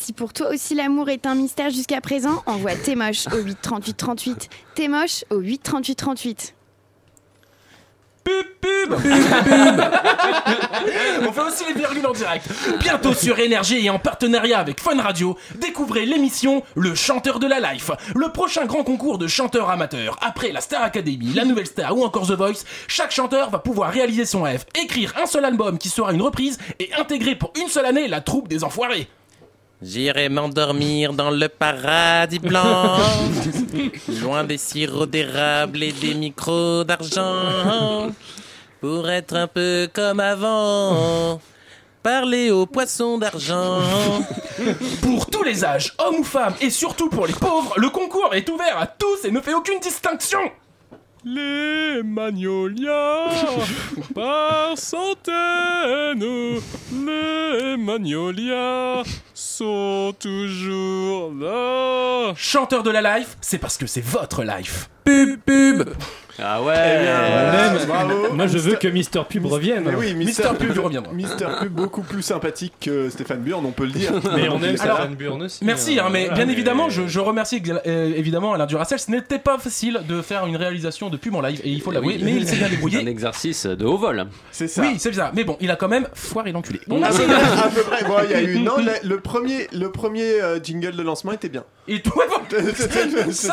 Speaker 19: Si pour toi aussi l'amour est un mystère jusqu'à présent, envoie t'es moche au 8 38 38. T'es moche au 8 38 38.
Speaker 11: On fait aussi les virgules en direct. Bientôt sur Énergie et en partenariat avec Fun Radio, découvrez l'émission Le Chanteur de la Life. Le prochain grand concours de chanteurs amateurs. Après la Star Academy, la Nouvelle Star ou encore The Voice, chaque chanteur va pouvoir réaliser son rêve, écrire un seul album qui sera une reprise et intégrer pour une seule année la troupe des enfoirés.
Speaker 20: J'irai m'endormir dans le paradis blanc, loin des sirops d'érable et des micros d'argent, pour être un peu comme avant, parler aux poissons d'argent.
Speaker 11: Pour tous les âges, hommes ou femmes, et surtout pour les pauvres, le concours est ouvert à tous et ne fait aucune distinction.
Speaker 12: Les magnolias par centaines, les magnolias sont toujours là.
Speaker 11: Chanteur de la life, c'est parce que c'est votre life.
Speaker 10: Ah ouais.
Speaker 11: bien, voilà.
Speaker 17: même
Speaker 9: Eh Bravo.
Speaker 11: Euh, Moi, je veux que Mister Pub revienne.
Speaker 9: Mais oui, Mister
Speaker 11: Mr.
Speaker 9: Pub reviendra. Mister Pub beaucoup plus sympathique que Stéphane Burn, on peut le dire.
Speaker 11: Mais on aime
Speaker 9: Alors,
Speaker 11: Stéphane Burn aussi.
Speaker 6: Merci, hein, mais
Speaker 11: Voilà,
Speaker 6: bien
Speaker 11: mais-
Speaker 6: évidemment, je, je remercie exa- euh, évidemment Alain Duracell. Ce n'était pas facile de faire une réalisation de pub en live, et
Speaker 9: Oh
Speaker 6: il faut l'avouer,
Speaker 10: Oui.
Speaker 6: mais il s'est bien débrouillé.
Speaker 10: Un exercice de haut vol.
Speaker 9: C'est
Speaker 6: Oui, c'est bizarre. Mais bon, il a quand même foiré l'enculé. Bon, là,
Speaker 9: à, peu
Speaker 6: c'est-
Speaker 9: près, à peu près. Bon, il y a eu. Non, la- le premier, le premier euh, jingle de lancement était bien.
Speaker 6: Et toi,
Speaker 11: Ça,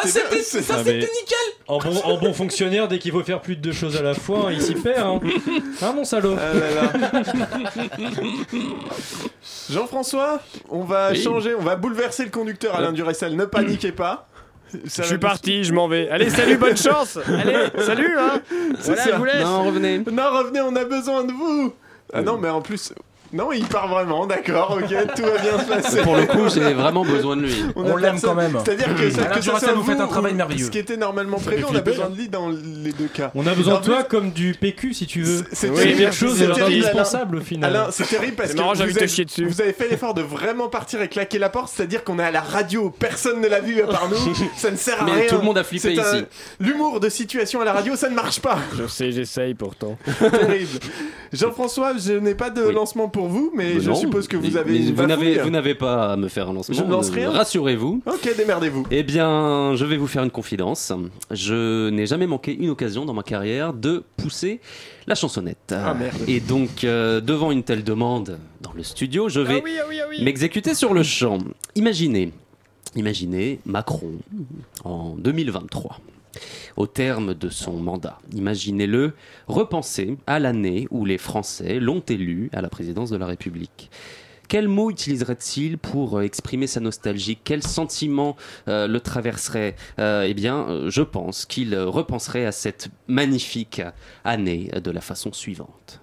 Speaker 11: c'était- ça, c'était
Speaker 9: bien.
Speaker 11: nickel. En bon, en bon fonctionnaire, dès qu'il faut faire plus de deux choses à la fois, il s'y perd. Hein, Hein, mon salaud
Speaker 9: Ah Jean-François, on va
Speaker 12: Oui.
Speaker 9: changer, on va bouleverser le conducteur
Speaker 11: Euh.
Speaker 9: Alain Duracell. Ne paniquez pas.
Speaker 12: Je suis parti, je m'en vais. Allez, salut, bonne chance. Allez, salut, hein. Voilà, je vous laisse.
Speaker 9: Non, revenez. Non, revenez, on a besoin de vous. Ah non, mais en plus. Non, il part vraiment, d'accord, ok, tout va bien se passer.
Speaker 10: Pour le coup, j'ai vraiment besoin de lui.
Speaker 9: On a personne. C'est-à-dire que, ça-
Speaker 6: Alain
Speaker 9: que ça
Speaker 6: Duracell,
Speaker 9: soit
Speaker 6: vous faites un
Speaker 9: ou
Speaker 6: travail merveilleux.
Speaker 9: Ce qui était normalement
Speaker 6: Ça
Speaker 9: prévu,
Speaker 6: fait
Speaker 9: on a
Speaker 6: flipper,
Speaker 9: besoin
Speaker 6: là.
Speaker 9: de lui dans les deux cas.
Speaker 11: hein. On a besoin
Speaker 9: Et
Speaker 11: de
Speaker 9: en
Speaker 11: toi
Speaker 9: plus,
Speaker 11: comme du PQ si tu veux.
Speaker 9: C'est
Speaker 11: C'est
Speaker 9: terrible,
Speaker 11: quelque chose
Speaker 9: c'est terrible,
Speaker 11: indispensable
Speaker 9: Alain.
Speaker 11: au final.
Speaker 9: Alain, c'est terrible parce
Speaker 12: C'est
Speaker 9: que
Speaker 12: marrant, j'ai envie
Speaker 9: vous,
Speaker 12: de te
Speaker 9: avez,
Speaker 12: chier dessus.
Speaker 9: vous avez fait l'effort de vraiment partir et claquer la porte, c'est-à-dire qu'on est à la radio, personne ne l'a vu à part nous, ça ne sert à
Speaker 10: Mais
Speaker 9: rien.
Speaker 10: tout le monde a flippé
Speaker 9: C'est un-
Speaker 10: ici.
Speaker 9: L'humour de situation à la radio, ça ne marche pas.
Speaker 12: Je sais, j'essaye pourtant.
Speaker 9: Terrible. Jean-François, je n'ai pas de lancement pour vous, mais je
Speaker 10: Bah Non,
Speaker 9: suppose que vous
Speaker 10: mais-
Speaker 9: avez
Speaker 10: mais
Speaker 9: une
Speaker 10: vous n'avez,
Speaker 9: bafouille.
Speaker 10: vous n'avez pas à me faire un lancement.
Speaker 9: Je ne lance
Speaker 10: euh,
Speaker 9: rien.
Speaker 10: Rassurez-vous.
Speaker 9: Ok, démerdez-vous.
Speaker 10: Eh bien, je vais vous faire une confidence. Je n'ai jamais manqué une occasion dans ma carrière de pousser la chansonnette.
Speaker 9: Ah, merde.
Speaker 10: Et donc, euh, devant une telle demande dans le studio, je vais
Speaker 12: oui, ah oui, ah oui.
Speaker 10: m'exécuter sur le champ. Imaginez, imaginez Macron en 2023. Au terme de son mandat, imaginez-le repenser à l'année où les Français l'ont élu à la présidence de la République. Quel mot utiliserait-il pour euh, exprimer sa nostalgie Quel sentiment euh, le traverserait Euh, Eh bien, euh, je pense qu'il euh, repenserait à cette magnifique année euh, de la façon suivante.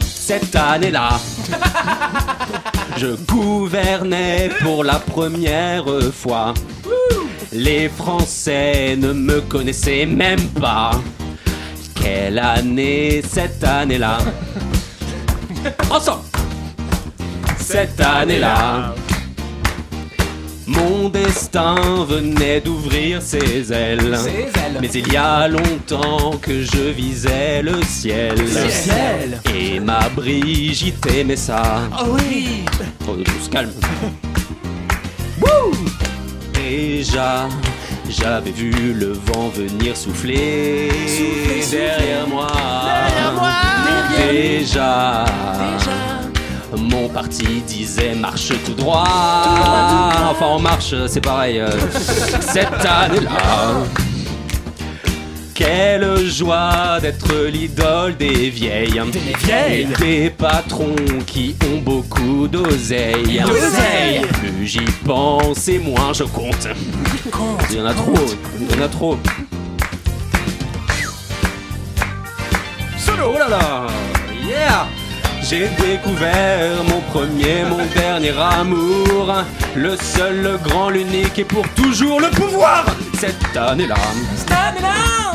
Speaker 10: Cette année-là, je gouvernais pour la première fois. Les Français ne me connaissaient même pas. Quelle année cette année-là Ensemble Cette année-là, mon destin venait d'ouvrir ses ailes.
Speaker 13: Ses ailes.
Speaker 10: Mais il y a longtemps que je visais le ciel.
Speaker 13: Le ciel.
Speaker 10: Et ma Brigitte aimait ça.
Speaker 13: Oh oui
Speaker 10: Oh, on se calme. Déjà, j'avais vu le vent venir souffler, derrière moi.
Speaker 13: Derrière moi.
Speaker 10: Déjà, mon parti disait marche tout droit. Enfin, on marche, c'est pareil. euh, Cette année-là. Quelle joie d'être l'idole des vieilles. Des
Speaker 13: vieilles.
Speaker 10: Des patrons qui ont beaucoup d'oseille.
Speaker 13: D'oseille.
Speaker 10: Plus j'y pense et moins je compte. Il y en a trop, il y en a trop. Solo, oh là là, yeah J'ai découvert mon premier, mon dernier amour. Le seul, le grand, l'unique et pour toujours le pouvoir. Cette année-là.
Speaker 6: Ah,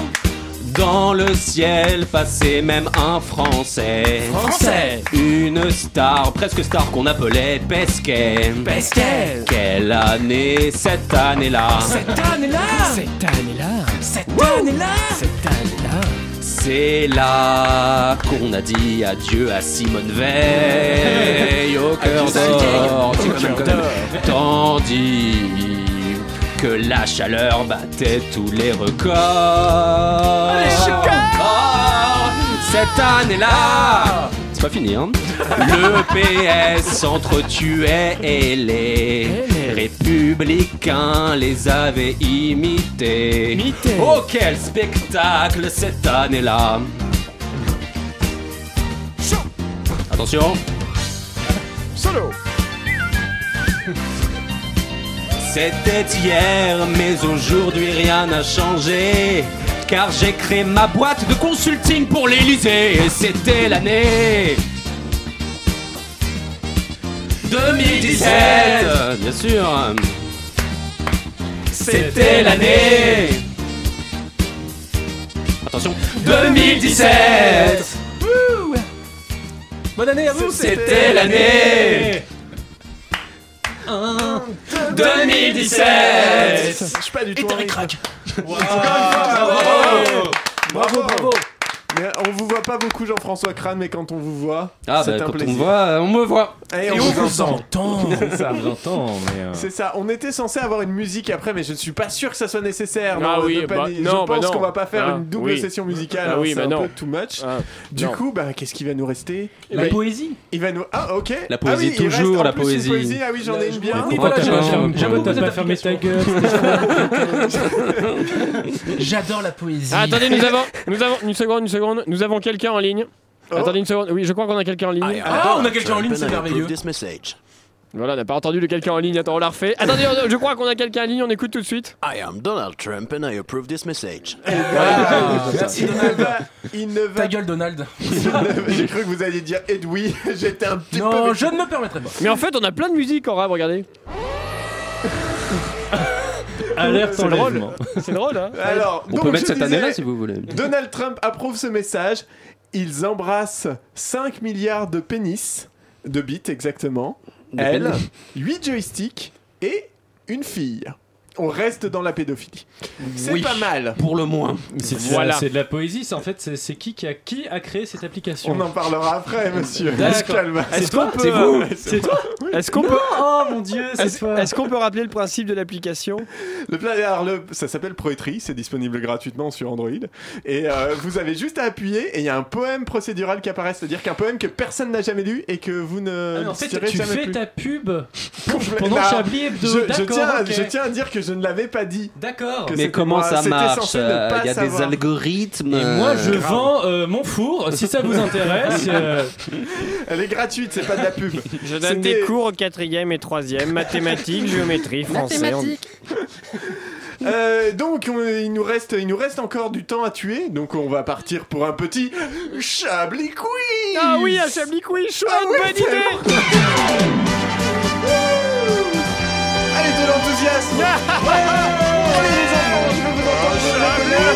Speaker 10: Dans le ciel passait même un Français.
Speaker 13: Français.
Speaker 10: Une star, presque star qu'on appelait Pesquet.
Speaker 13: Pesquet.
Speaker 10: Quelle année, cette année-là.
Speaker 13: année-là Cette année-là Cette année-là Cette année-là
Speaker 10: C'est là qu'on a dit adieu à Simone Veil au cœur
Speaker 13: Adieu, Simone
Speaker 10: d'or.
Speaker 13: Veil.
Speaker 10: C'est
Speaker 13: Au
Speaker 10: quand même
Speaker 13: cœur
Speaker 10: quand même. Tandis que la chaleur battait tous les records. Cette année-là, c'est pas fini, hein. Le PS s'entretuait et les républicains les avaient imités. Oh, quel spectacle cette année-là! Attention!
Speaker 9: Solo!
Speaker 10: C'était hier, mais aujourd'hui rien n'a changé. Car j'ai créé ma boîte de consulting pour l'Elysée. Et c'était l'année 2017. Bien sûr. C'était l'année. Attention. 2017.
Speaker 6: Bonne année à vous
Speaker 10: C'était l'année
Speaker 9: 2017. Je suis pas du tout. en rythme. Bravo. Bravo, bravo. Mais on vous voit pas beaucoup Jean-François Crane, mais quand on vous voit,
Speaker 10: Ah,
Speaker 9: c'est
Speaker 10: bah,
Speaker 9: un
Speaker 10: quand
Speaker 9: plaisir.
Speaker 10: on voit, on me voit.
Speaker 9: Et,
Speaker 10: on vous entend.
Speaker 9: C'est ça.
Speaker 10: On vous entend, mais, euh,
Speaker 9: C'est ça. On était censé avoir une musique après, mais je ne suis pas sûr que ça soit nécessaire.
Speaker 12: Ah
Speaker 9: non,
Speaker 12: oui,
Speaker 9: de pas-
Speaker 12: bah,
Speaker 9: je
Speaker 12: non, bah
Speaker 9: pense
Speaker 12: non.
Speaker 9: qu'on va pas faire
Speaker 12: Ah,
Speaker 9: une double
Speaker 12: oui.
Speaker 9: session musicale.
Speaker 12: Ah
Speaker 9: hein,
Speaker 12: oui,
Speaker 9: c'est
Speaker 12: bah
Speaker 9: un
Speaker 12: non.
Speaker 9: peu too much.
Speaker 12: Ah,
Speaker 9: du
Speaker 12: non.
Speaker 9: coup, bah, qu'est-ce qui va nous rester
Speaker 12: La
Speaker 9: Bah,
Speaker 12: poésie.
Speaker 9: Il va nous. Ah, ok.
Speaker 10: La
Speaker 9: Ah
Speaker 10: poésie,
Speaker 9: oui, il reste
Speaker 10: toujours
Speaker 9: en
Speaker 10: la
Speaker 9: plus une
Speaker 10: poésie.
Speaker 9: Ah oui, j'en ai une bien.
Speaker 10: comprends pas comment-
Speaker 11: J'avoue
Speaker 10: comment-
Speaker 11: que t'as pas fermé ta gueule.
Speaker 6: J'adore la poésie.
Speaker 12: Ah, attendez, nous avons, nous avons une seconde, une seconde. Nous avons quelqu'un en ligne. Attendez une seconde. Oui, je crois qu'on a quelqu'un en ligne.
Speaker 6: Ah, on a quelqu'un en ligne, c'est merveilleux.
Speaker 12: Voilà, on n'a pas entendu le quelqu'un en ligne. Attends, on la refait. Attendez, on- je crois qu'on a quelqu'un en ligne. On écoute tout de suite.
Speaker 21: I am Donald Trump and I approve this message.
Speaker 12: Ah,
Speaker 9: Il ne va- Ah, il ne va
Speaker 6: Ah, Ta gueule, Donald.
Speaker 9: J'ai cru que vous alliez dire Edoui, j'étais un petit peu.
Speaker 6: Non, je ne me permettrai pas.
Speaker 12: Mais en fait, on a plein de musique en rap. Regardez.
Speaker 11: Alerte
Speaker 9: C'est drôle.
Speaker 11: enlèvement.
Speaker 12: C'est drôle, hein
Speaker 9: Alors,
Speaker 10: On
Speaker 9: donc,
Speaker 10: peut mettre
Speaker 9: je
Speaker 10: cette année-là
Speaker 9: disais,
Speaker 10: si vous voulez.
Speaker 9: Donald Trump approuve ce message. Ils embrassent 5 milliards de pénis, de bits exactement.
Speaker 10: De
Speaker 9: Elle,
Speaker 10: pénis.
Speaker 9: 8 joysticks et une fille. On reste dans la pédophilie. C'est
Speaker 10: Oui,
Speaker 9: pas mal.
Speaker 10: Pour le moins.
Speaker 11: C'est
Speaker 9: Voilà.
Speaker 11: c'est de la poésie, c'est en fait c'est c'est qui qui a, qui a créé cette application
Speaker 9: On en parlera après, monsieur.
Speaker 11: D'accord.
Speaker 9: Calme.
Speaker 11: C'est toi
Speaker 9: qu'on peut,
Speaker 11: C'est vous
Speaker 9: euh,
Speaker 11: C'est toi
Speaker 12: Est-ce qu'on
Speaker 11: Non,
Speaker 12: peut.
Speaker 11: Oh mon dieu, c'est
Speaker 12: Est-ce
Speaker 11: toi
Speaker 12: est-ce qu'on peut rappeler le principe de l'application
Speaker 9: Le pla- alors, le- ça s'appelle Poetry, c'est disponible gratuitement sur Android. Et euh, vous avez juste à appuyer et il y a un poème procédural qui apparaît, c'est-à-dire qu'un poème que personne n'a jamais lu et que vous ne
Speaker 11: Ah, En fait,
Speaker 9: lirez
Speaker 11: tu
Speaker 9: jamais
Speaker 11: fais
Speaker 9: plus.
Speaker 11: ta pub pendant
Speaker 9: Là,
Speaker 11: Chablis
Speaker 9: je,
Speaker 11: Hebdo.
Speaker 9: je,
Speaker 11: D'accord,
Speaker 9: tiens, à-
Speaker 11: ok.
Speaker 9: je tiens à dire que je ne l'avais pas dit.
Speaker 11: D'accord.
Speaker 9: que
Speaker 10: Mais
Speaker 9: c'était
Speaker 10: comment
Speaker 9: moi.
Speaker 10: ça
Speaker 9: C'était
Speaker 10: marche
Speaker 9: censé ne
Speaker 10: euh,
Speaker 9: pas
Speaker 10: Il y a des
Speaker 9: savoir.
Speaker 10: algorithmes.
Speaker 11: Et moi, je
Speaker 10: euh,
Speaker 11: vends euh, mon four, si ça vous intéresse. euh,
Speaker 9: Elle est gratuite, c'est pas de la pub.
Speaker 12: Je
Speaker 9: C'est
Speaker 12: donne des
Speaker 9: des-
Speaker 12: cours au 4ème et 3ème, mathématiques, géométrie, français. on-
Speaker 9: Euh, donc on- il nous reste, il nous reste encore du temps à tuer, donc on va partir pour un petit Chablis quiz.
Speaker 12: Ah oui, un Chablis Quiz, chouette,
Speaker 9: Ah oui,
Speaker 12: bonne
Speaker 9: c'est
Speaker 12: idée
Speaker 9: Allez de l'enthousiasme. Ouais. Allez les enfants, je veux vous entendre jouer la colère.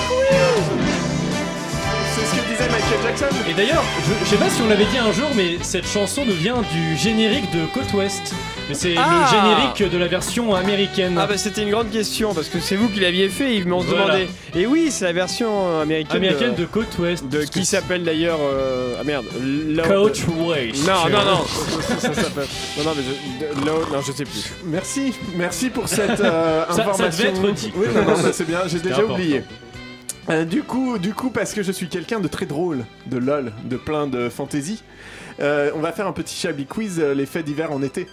Speaker 9: C'est ce que disait Michael Jackson.
Speaker 11: Et d'ailleurs, je, je sais pas si on l'avait dit un jour, mais cette chanson devient du générique de Côte Ouest. Mais c'est
Speaker 12: Ah
Speaker 11: le générique de la version américaine.
Speaker 12: Ah bah c'était une grande question parce que c'est vous qui l'aviez fait Yves, mais on se
Speaker 11: Voilà.
Speaker 12: demandait. Et oui, c'est la version euh, américaine,
Speaker 11: américaine de Côte Ouest.
Speaker 12: de, qui s'appelle d'ailleurs euh, ah merde, Lo-
Speaker 11: Coach Waste.
Speaker 12: Non non non. ça s'appelle. Non non mais je... de- Lo- non je sais plus.
Speaker 9: Merci, merci pour cette euh,
Speaker 11: Ça- ça
Speaker 9: information.
Speaker 11: devait être dit.
Speaker 9: Oui, non, non, bah, c'est bien, j'ai
Speaker 11: C'était
Speaker 9: déjà
Speaker 11: important.
Speaker 9: oublié. Euh, du coup, du coup, parce que je suis quelqu'un de très drôle, de lol, de plein de fantaisie, euh, on va faire un petit Chablis quiz, euh, les faits d'hiver en été.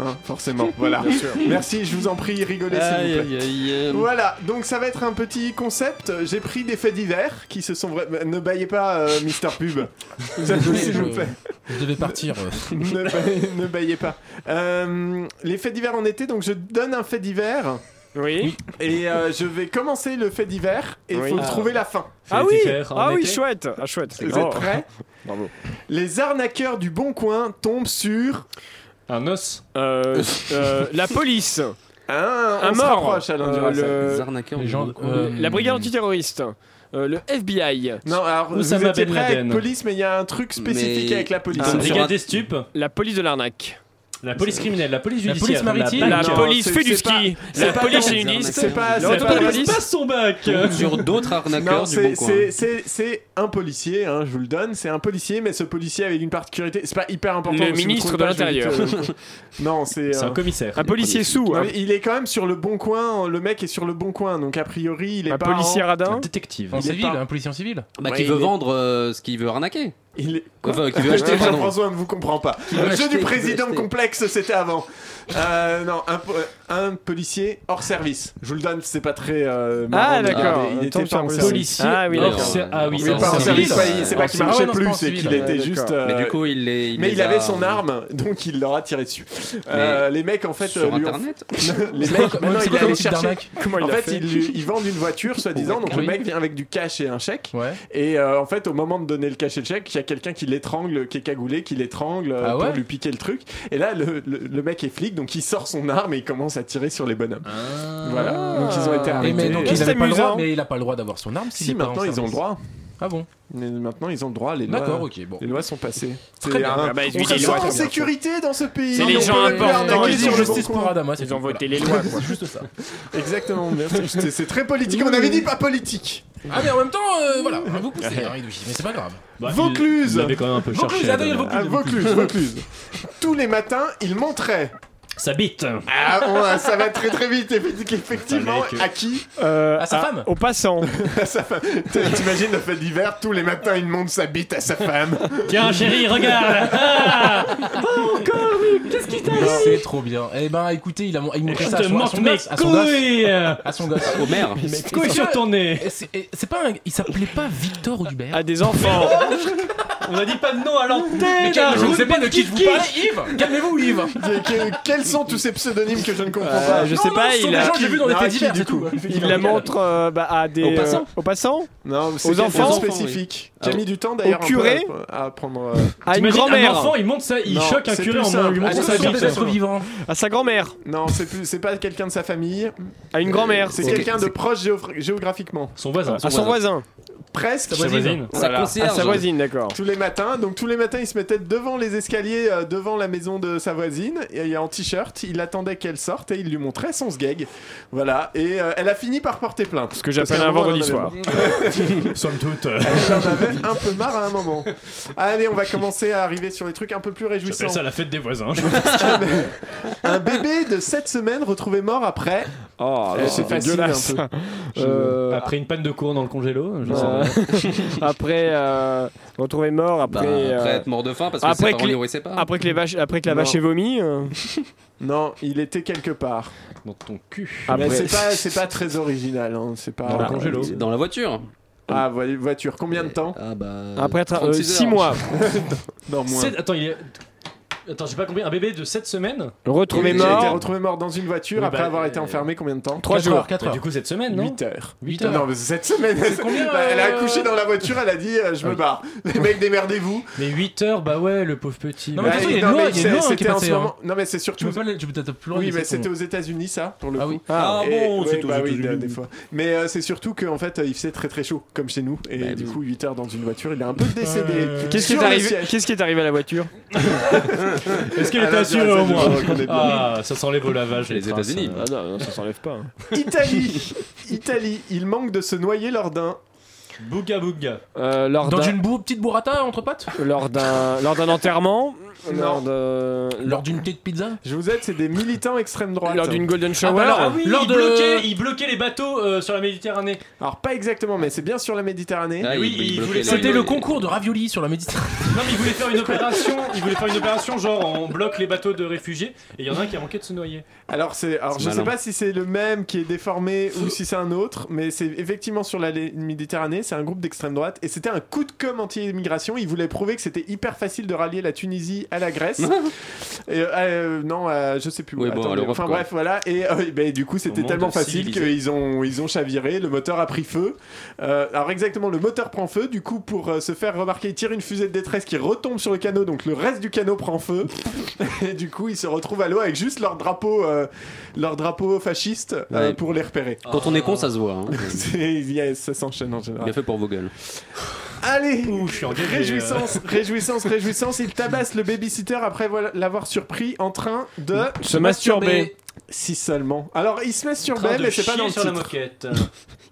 Speaker 9: Hein, forcément, voilà.
Speaker 12: Bien sûr.
Speaker 9: Merci, je vous en prie, rigolez s'il vous plaît. Voilà, donc ça va être un petit concept. J'ai pris des faits divers qui se sont. vra- Ne baillez pas, euh, Mister Pub. S'il vous plaît.
Speaker 6: Je devais partir. euh.
Speaker 9: ne, ba- ne baillez pas. Euh, les faits divers en été, donc je donne un fait divers.
Speaker 12: Oui.
Speaker 9: Et euh, je vais commencer le fait divers et il
Speaker 12: Oui.
Speaker 9: faut
Speaker 12: Ah.
Speaker 9: trouver la fin.
Speaker 12: Ah
Speaker 11: Faut
Speaker 12: oui,
Speaker 11: les faire en
Speaker 12: ah oui,
Speaker 11: été.
Speaker 12: chouette, ah chouette.
Speaker 9: Vous
Speaker 12: Oh.
Speaker 9: êtes prêts
Speaker 12: Bravo.
Speaker 9: Les arnaqueurs du bon coin tombent sur
Speaker 11: Un os.
Speaker 12: Euh, euh, la police,
Speaker 9: un,
Speaker 12: Un
Speaker 9: on se
Speaker 12: mort.
Speaker 9: rapproche, Alain Durand.
Speaker 12: Euh,
Speaker 10: Les
Speaker 12: le-
Speaker 10: arnaqueurs.
Speaker 11: Les
Speaker 10: du
Speaker 11: gens.
Speaker 10: bon coin.
Speaker 11: euh,
Speaker 12: la brigade antiterroriste, euh, le FBI,
Speaker 9: Non, alors vous
Speaker 11: Oussama
Speaker 9: étiez
Speaker 11: Ben
Speaker 9: prêts avec
Speaker 11: Laden.
Speaker 9: police, mais il y a un truc spécifique
Speaker 10: Mais-
Speaker 9: avec la police.
Speaker 10: Ah,
Speaker 11: La
Speaker 10: Ils sont sur un-
Speaker 11: brigade des stupes.
Speaker 12: la police de l'arnaque,
Speaker 11: La police criminelle. La police
Speaker 6: La
Speaker 11: judiciaire.
Speaker 6: police maritime.
Speaker 12: la
Speaker 6: Non,
Speaker 12: police
Speaker 9: c'est-
Speaker 12: fait du
Speaker 9: c'est pas-
Speaker 12: ski,
Speaker 9: c'est
Speaker 12: la
Speaker 9: pas
Speaker 12: police
Speaker 9: dans-
Speaker 12: unioniste,
Speaker 9: C'est pas,
Speaker 12: le
Speaker 9: c'est
Speaker 12: retour
Speaker 9: pas
Speaker 12: de la
Speaker 11: Police
Speaker 12: police.
Speaker 11: passe son
Speaker 9: Oh,
Speaker 11: bac.
Speaker 10: Tombe sur d'autres
Speaker 9: Non,
Speaker 10: arnaqueurs du bon
Speaker 9: c'est-
Speaker 10: coin.
Speaker 9: c'est c'est- c'est un policier, hein, je vous le donne. C'est un policier, mais ce policier avait une particularité. C'est pas hyper important.
Speaker 12: Le
Speaker 9: si vous
Speaker 12: ministre
Speaker 9: trouvez
Speaker 12: de
Speaker 9: pas, je vais vite, euh, non, c'est.
Speaker 11: C'est
Speaker 9: euh,
Speaker 11: un commissaire.
Speaker 12: Un policier sous, hein.
Speaker 9: non,
Speaker 12: un,
Speaker 9: mais il est quand même sur le bon coin. Le mec est sur le bon coin, donc a priori, il est
Speaker 12: un
Speaker 9: pas.
Speaker 12: policier
Speaker 9: en-
Speaker 11: Un
Speaker 12: radin.
Speaker 11: détective.
Speaker 6: En
Speaker 9: Il est
Speaker 6: civil,
Speaker 9: pas-
Speaker 6: un policier en civil.
Speaker 10: Bah,
Speaker 9: Ouais,
Speaker 10: qui
Speaker 9: il
Speaker 10: veut
Speaker 9: est-
Speaker 10: vendre euh, ce qu'il veut arnaquer.
Speaker 9: Il est.
Speaker 10: Enfin, qui veut acheter, pardon.
Speaker 9: Jean-François ne vous comprend pas.
Speaker 10: veut
Speaker 9: Le jeu
Speaker 10: acheter,
Speaker 9: du
Speaker 10: qui veut
Speaker 9: président
Speaker 10: acheter.
Speaker 9: complexe, c'était avant. Euh, non, un, po- un policier hors service. Je vous le donne, c'est pas très. euh, marrant,
Speaker 12: Ah
Speaker 9: mais
Speaker 12: d'accord.
Speaker 9: Il, est- il était
Speaker 12: Tombe sur
Speaker 9: pas
Speaker 12: un
Speaker 9: en
Speaker 12: policier.
Speaker 9: service.
Speaker 11: Policier.
Speaker 12: Ah oui,
Speaker 11: hors
Speaker 10: d'accord.
Speaker 11: ser- Ah oui,
Speaker 9: Il est
Speaker 10: En
Speaker 9: pas en
Speaker 10: service.
Speaker 9: service, ouais, il- c'est
Speaker 6: En
Speaker 9: pas qu'il
Speaker 6: civil.
Speaker 9: marchait
Speaker 6: Ah ouais, non, c'est
Speaker 9: plus,
Speaker 6: pas en
Speaker 9: c'est qu'il
Speaker 6: civil.
Speaker 9: était
Speaker 12: Ouais,
Speaker 9: juste.
Speaker 12: d'accord.
Speaker 10: Mais
Speaker 9: euh,
Speaker 10: du coup, il les- il
Speaker 9: Mais
Speaker 10: les
Speaker 9: il avait
Speaker 10: a- euh,
Speaker 9: son arme, donc il leur a tiré dessus. Euh, les mecs, en fait,
Speaker 10: Sur
Speaker 9: euh, lui ont-
Speaker 10: internet
Speaker 9: les mecs,
Speaker 6: C'est
Speaker 9: maintenant, il est
Speaker 6: quoi comme
Speaker 9: allé
Speaker 6: type
Speaker 9: chercher.
Speaker 6: d'arnaque
Speaker 12: Comment
Speaker 9: En
Speaker 12: il a
Speaker 9: fait,
Speaker 12: fait
Speaker 9: ils, lui- ils vendent une voiture, soi-disant. Donc le
Speaker 6: Oui.
Speaker 9: mec vient avec du cash et un chèque.
Speaker 6: Ouais.
Speaker 9: Et euh, en fait, au moment de donner le cash et le chèque, il y a quelqu'un qui l'étrangle, qui est cagoulé, qui l'étrangle euh,
Speaker 6: Ah ouais
Speaker 9: pour lui piquer le truc. Et là, le, le- le mec est flic, donc il sort son arme et il commence à tirer sur les bonhommes. Voilà. Donc ils ont été
Speaker 6: Ah. Et mais
Speaker 9: arrêtés.
Speaker 6: donc
Speaker 12: C'est
Speaker 6: il avait pas le droit,
Speaker 12: amusant.
Speaker 6: mais il a pas le droit d'avoir son arme. s'il
Speaker 9: Si
Speaker 6: est pas en
Speaker 9: maintenant ils ont
Speaker 6: service.
Speaker 9: le droit.
Speaker 6: Ah bon
Speaker 9: Mais Maintenant, ils ont le droit. Les
Speaker 6: D'accord,
Speaker 9: lois,
Speaker 6: ok, bon.
Speaker 9: les lois sont passées.
Speaker 6: Très
Speaker 9: C'est
Speaker 6: bien.
Speaker 9: un-
Speaker 6: Ah bah,
Speaker 9: on
Speaker 6: oui,
Speaker 9: se
Speaker 6: les
Speaker 9: sent
Speaker 6: lois,
Speaker 9: en
Speaker 6: très bien.
Speaker 9: sécurité dans ce pays.
Speaker 6: C'est les
Speaker 9: On
Speaker 6: gens
Speaker 9: peut
Speaker 6: importants.
Speaker 9: arnaquer
Speaker 6: Ils
Speaker 9: sur
Speaker 6: ont
Speaker 9: le
Speaker 6: justice
Speaker 9: bon
Speaker 6: pour
Speaker 9: coin.
Speaker 6: Adam, ouais, c'est Ils ont tout. voté les lois, quoi. Juste ça.
Speaker 9: Exactement. merci. C'est c'est très politique. On avait dit pas politique.
Speaker 6: Ah mais en même temps, euh, voilà, vous poussez, hein, Edoui, mais c'est pas grave.
Speaker 9: Vaucluse.
Speaker 11: il l'avait quand même un peu
Speaker 6: Vaucluse,
Speaker 11: cherché,
Speaker 6: attends, il y a
Speaker 11: Adam.
Speaker 9: Ah, Vaucluse, Vaucluse. Tous les matins, il montrait.
Speaker 11: Ça bite.
Speaker 9: Ah, on va- ça va très très vite, effe- effectivement.
Speaker 11: Putain, mec.
Speaker 9: À qui
Speaker 12: Euh,
Speaker 9: À sa femme
Speaker 12: Au passant.
Speaker 9: À sa femme. T'as- T'imagines le fait d'hiver, tous les matins il monte sa bite à sa femme.
Speaker 11: Tiens, chérie, regarde. Ah
Speaker 6: encore, qu'est-ce qui t'arrive C'est trop bien. Eh ben, écoutez, il a mon- il montrait
Speaker 11: Je
Speaker 6: ça
Speaker 11: te
Speaker 6: à son, à
Speaker 11: manque
Speaker 6: son
Speaker 11: mes
Speaker 6: gosse, à son gosse,
Speaker 11: couilles
Speaker 6: à son gosse,
Speaker 10: Au maire.
Speaker 6: Mais
Speaker 11: Mes
Speaker 6: c'est-
Speaker 11: couilles
Speaker 6: c'est
Speaker 11: sur
Speaker 6: pas-
Speaker 11: ton nez.
Speaker 6: et c'est- et C'est pas un- il s'appelait pas Victor Audibert.
Speaker 12: À des enfants.
Speaker 11: On a dit pas de nom à l'antenne.
Speaker 6: Mais calme, je ne sais pas de qui je vous parle, Yves. Calmez-vous, Yves.
Speaker 9: Que- quels sont tous ces pseudonymes que je ne comprends
Speaker 12: Euh,
Speaker 9: pas
Speaker 12: je sais pas, il
Speaker 9: a-
Speaker 12: a.
Speaker 9: gens que j'ai vus dans des
Speaker 12: Non,
Speaker 9: faits
Speaker 12: qui,
Speaker 9: divers,
Speaker 12: du
Speaker 9: c'est
Speaker 12: coup.
Speaker 9: tout.
Speaker 12: Il la montre euh, bah, à des.
Speaker 9: Aux
Speaker 12: euh,
Speaker 9: passants
Speaker 12: aux passants
Speaker 9: Non, c'est
Speaker 12: Aux
Speaker 9: quelqu'un de
Speaker 12: enfants
Speaker 9: spécifique.
Speaker 12: Ah
Speaker 9: Qui a
Speaker 12: oui.
Speaker 9: mis du temps d'ailleurs.
Speaker 12: Au
Speaker 9: un peu
Speaker 12: curé
Speaker 9: à, à prendre. euh,
Speaker 12: À une
Speaker 11: T'imagines, un
Speaker 12: grand-mère.
Speaker 11: enfant, il monte ça, il choque un curé en montant- lui montre sa bite.
Speaker 6: vivant.
Speaker 12: À sa grand-mère.
Speaker 9: Non, c'est plus, c'est pas quelqu'un de sa famille.
Speaker 12: À une grand-mère.
Speaker 9: C'est
Speaker 12: Ok.
Speaker 9: quelqu'un de proche géophra- géographiquement.
Speaker 11: Son voisin.
Speaker 12: À son voisin.
Speaker 9: Presque.
Speaker 11: Sa voisine. Sa
Speaker 12: Voilà. À
Speaker 11: concierge.
Speaker 12: sa voisine, d'accord.
Speaker 9: Tous les matins, donc tous les matins, il se mettait devant les escaliers, euh, devant la maison de sa voisine, et et en t-shirt, il attendait qu'elle sorte et il lui montrait son sgeg. Voilà, et euh, elle a fini par porter plainte.
Speaker 12: Ce que j'appelle
Speaker 9: Parce qu'à
Speaker 12: un
Speaker 9: moment,
Speaker 12: vendredi
Speaker 9: elle en avait
Speaker 12: soir.
Speaker 11: Somme toute.
Speaker 9: Elle en avait un peu marre à un moment. Allez, on va commencer à arriver sur les trucs un peu plus réjouissants.
Speaker 11: J'appelle ça la fête des voisins.
Speaker 9: Un bébé de 7 semaines retrouvé mort après.
Speaker 12: Oh,
Speaker 9: Euh, c'est dégueulasse.
Speaker 12: Euh,
Speaker 11: Après une panne de courant dans le congélo. je
Speaker 12: euh,
Speaker 11: sais pas.
Speaker 12: après, euh, retrouver mort après.
Speaker 10: Bah, après
Speaker 12: euh,
Speaker 10: être mort de faim parce que ses parents
Speaker 12: les-
Speaker 10: nourrissaient pas.
Speaker 11: Ah,
Speaker 12: Après que, les vaches, après que la
Speaker 9: Non.
Speaker 12: vache ait vomi. euh,
Speaker 9: Non, il était quelque part.
Speaker 11: Dans ton cul.
Speaker 9: Mais
Speaker 12: Après-
Speaker 9: c'est pas, c'est pas très original. hein, C'est pas.
Speaker 10: Dans le congélo. Dans la voiture.
Speaker 9: Ah, vo- voiture, combien de temps
Speaker 10: Ah bah.
Speaker 12: après être, euh,
Speaker 10: 36
Speaker 12: six
Speaker 10: heures.
Speaker 12: mois.
Speaker 9: Non, moins.
Speaker 11: Sept- Attends, il est. Attends, j'ai pas compris. Un bébé de 7 semaines
Speaker 12: Retrouvé
Speaker 9: Il a été
Speaker 12: mort.
Speaker 9: retrouvé mort dans une voiture
Speaker 11: Oui,
Speaker 9: après
Speaker 11: bah,
Speaker 9: avoir été
Speaker 11: euh,
Speaker 9: enfermé combien de temps
Speaker 12: Trois
Speaker 11: Quatre
Speaker 12: jours.
Speaker 11: heures, quatre
Speaker 6: Bah,
Speaker 11: heures.
Speaker 6: du coup, cette semaine, non
Speaker 9: 8 heures.
Speaker 11: 8
Speaker 9: Non,
Speaker 11: heures.
Speaker 9: mais cette semaine, elle,
Speaker 6: C'est combien,
Speaker 9: bah, elle a
Speaker 6: euh,
Speaker 9: accouché dans la voiture, elle a dit euh, Je me barre. Les mecs, démerdez-vous.
Speaker 11: Mais 8 heures, bah ouais, le pauvre petit.
Speaker 6: Non, mais
Speaker 11: Bah,
Speaker 6: de toute façon, il y a
Speaker 9: non,
Speaker 6: une loi-
Speaker 9: mais
Speaker 6: il y a
Speaker 9: c'est-
Speaker 6: une loi, hein, qui
Speaker 9: c'était
Speaker 6: est
Speaker 9: en
Speaker 6: passée,
Speaker 9: ce
Speaker 6: hein.
Speaker 9: moment. Non, mais c'est
Speaker 6: Tu
Speaker 9: surtout.
Speaker 6: peux pas aller, tu peux peut-être plus loin.
Speaker 9: Oui, mais
Speaker 6: c'est
Speaker 9: c'était
Speaker 6: con.
Speaker 9: aux États-Unis, ça, pour le
Speaker 6: Ah
Speaker 9: coup.
Speaker 6: oui.
Speaker 11: Ah
Speaker 9: Et-
Speaker 11: bon,
Speaker 9: ouais,
Speaker 11: c'est aux
Speaker 9: bah oui,
Speaker 11: États-Unis.
Speaker 9: des fois. Mais euh, c'est surtout qu'en fait, euh, il faisait très très chaud, comme chez nous. Et
Speaker 10: Bah,
Speaker 9: du
Speaker 10: oui.
Speaker 9: coup, 8 heures dans une voiture, il est un peu décédé.
Speaker 11: Euh,
Speaker 12: Qu'est-ce qui est
Speaker 9: Sur le
Speaker 12: arrivé
Speaker 9: siège.
Speaker 12: Qu'est-ce qui est arrivé à la voiture
Speaker 11: Est-ce qu'elle
Speaker 9: Ah,
Speaker 11: était
Speaker 9: là,
Speaker 11: assurée
Speaker 9: ça,
Speaker 11: au
Speaker 9: je
Speaker 11: moins
Speaker 9: le reconnais bien.
Speaker 11: Ah, ça s'enlève au lavage.
Speaker 10: Les
Speaker 11: trains,
Speaker 10: États-Unis.
Speaker 11: ça.
Speaker 12: Ah non, non, ça s'enlève pas. hein.
Speaker 9: Italie Italie, il manque de se noyer lors d'un.
Speaker 11: Bouga bouga.
Speaker 12: Euh, lors
Speaker 6: Dans
Speaker 12: d'un-
Speaker 6: une bou- petite burrata entre pattes
Speaker 12: lors d'un lors d'un enterrement.
Speaker 9: Non.
Speaker 12: Lors de-
Speaker 6: Lors d'une petite pizza
Speaker 9: Je vous aide, c'est des militants extrême droite.
Speaker 12: lors d'une golden shower.
Speaker 11: Ah oui,
Speaker 6: Lors
Speaker 11: il,
Speaker 6: de-
Speaker 11: bloquait, il bloquait les bateaux euh, sur la Méditerranée.
Speaker 9: Alors, pas exactement, mais c'est bien sur la Méditerranée.
Speaker 10: Ah,
Speaker 11: Oui, il voulait-
Speaker 10: bloquait les-
Speaker 6: C'était le concours de ravioli sur la Méditerranée.
Speaker 11: Non, mais il voulait faire une opération. Il voulait faire une opération genre on bloque les bateaux de réfugiés et il y en a un qui a manqué de se noyer.
Speaker 9: Alors, c'est, alors
Speaker 10: C'est
Speaker 9: je sais
Speaker 10: malin.
Speaker 9: pas si c'est le même qui est déformé ou si c'est un autre, mais c'est effectivement sur la li- Méditerranée, c'est un groupe d'extrême droite et c'était un coup de com' anti-immigration. Ils voulaient prouver que c'était hyper facile de rallier la Tunisie à la Grèce. et, euh, euh, non, euh, je sais plus. où.
Speaker 10: Oui, bon, à l'Europe,
Speaker 9: enfin
Speaker 10: quoi.
Speaker 9: bref, voilà. Et euh, ben, du coup, c'était
Speaker 11: monde
Speaker 9: tellement facile
Speaker 11: civilisé.
Speaker 9: qu'ils ont, ils ont chaviré, le moteur a pris feu. Euh, alors, exactement, le moteur prend feu. Du coup, pour euh, se faire remarquer, il tire une fusée de détresse qui retombe sur le canot, donc le reste du canot prend feu. Et du coup, ils se retrouvent à l'eau avec juste leur drapeau, euh, leur drapeau fasciste euh,
Speaker 10: Ouais.
Speaker 9: pour les repérer.
Speaker 10: Ah. Quand on est con, ça se voit. hein.
Speaker 9: C'est- il y a- ça s'enchaîne en général.
Speaker 10: Bien fait pour vos gueules.
Speaker 9: Allez
Speaker 11: Ouh, je suis engagé.
Speaker 9: Réjouissance, réjouissance, réjouissance. Il tabasse le babysitter après voilà- l'avoir surpris en train de...
Speaker 12: Se masturber.
Speaker 9: Si seulement. Alors, il se
Speaker 11: euh, train
Speaker 9: masturbait,
Speaker 11: de
Speaker 9: Ben, mais c'est pas
Speaker 11: chier
Speaker 9: dans le
Speaker 11: sur la
Speaker 9: titre.
Speaker 11: moquette.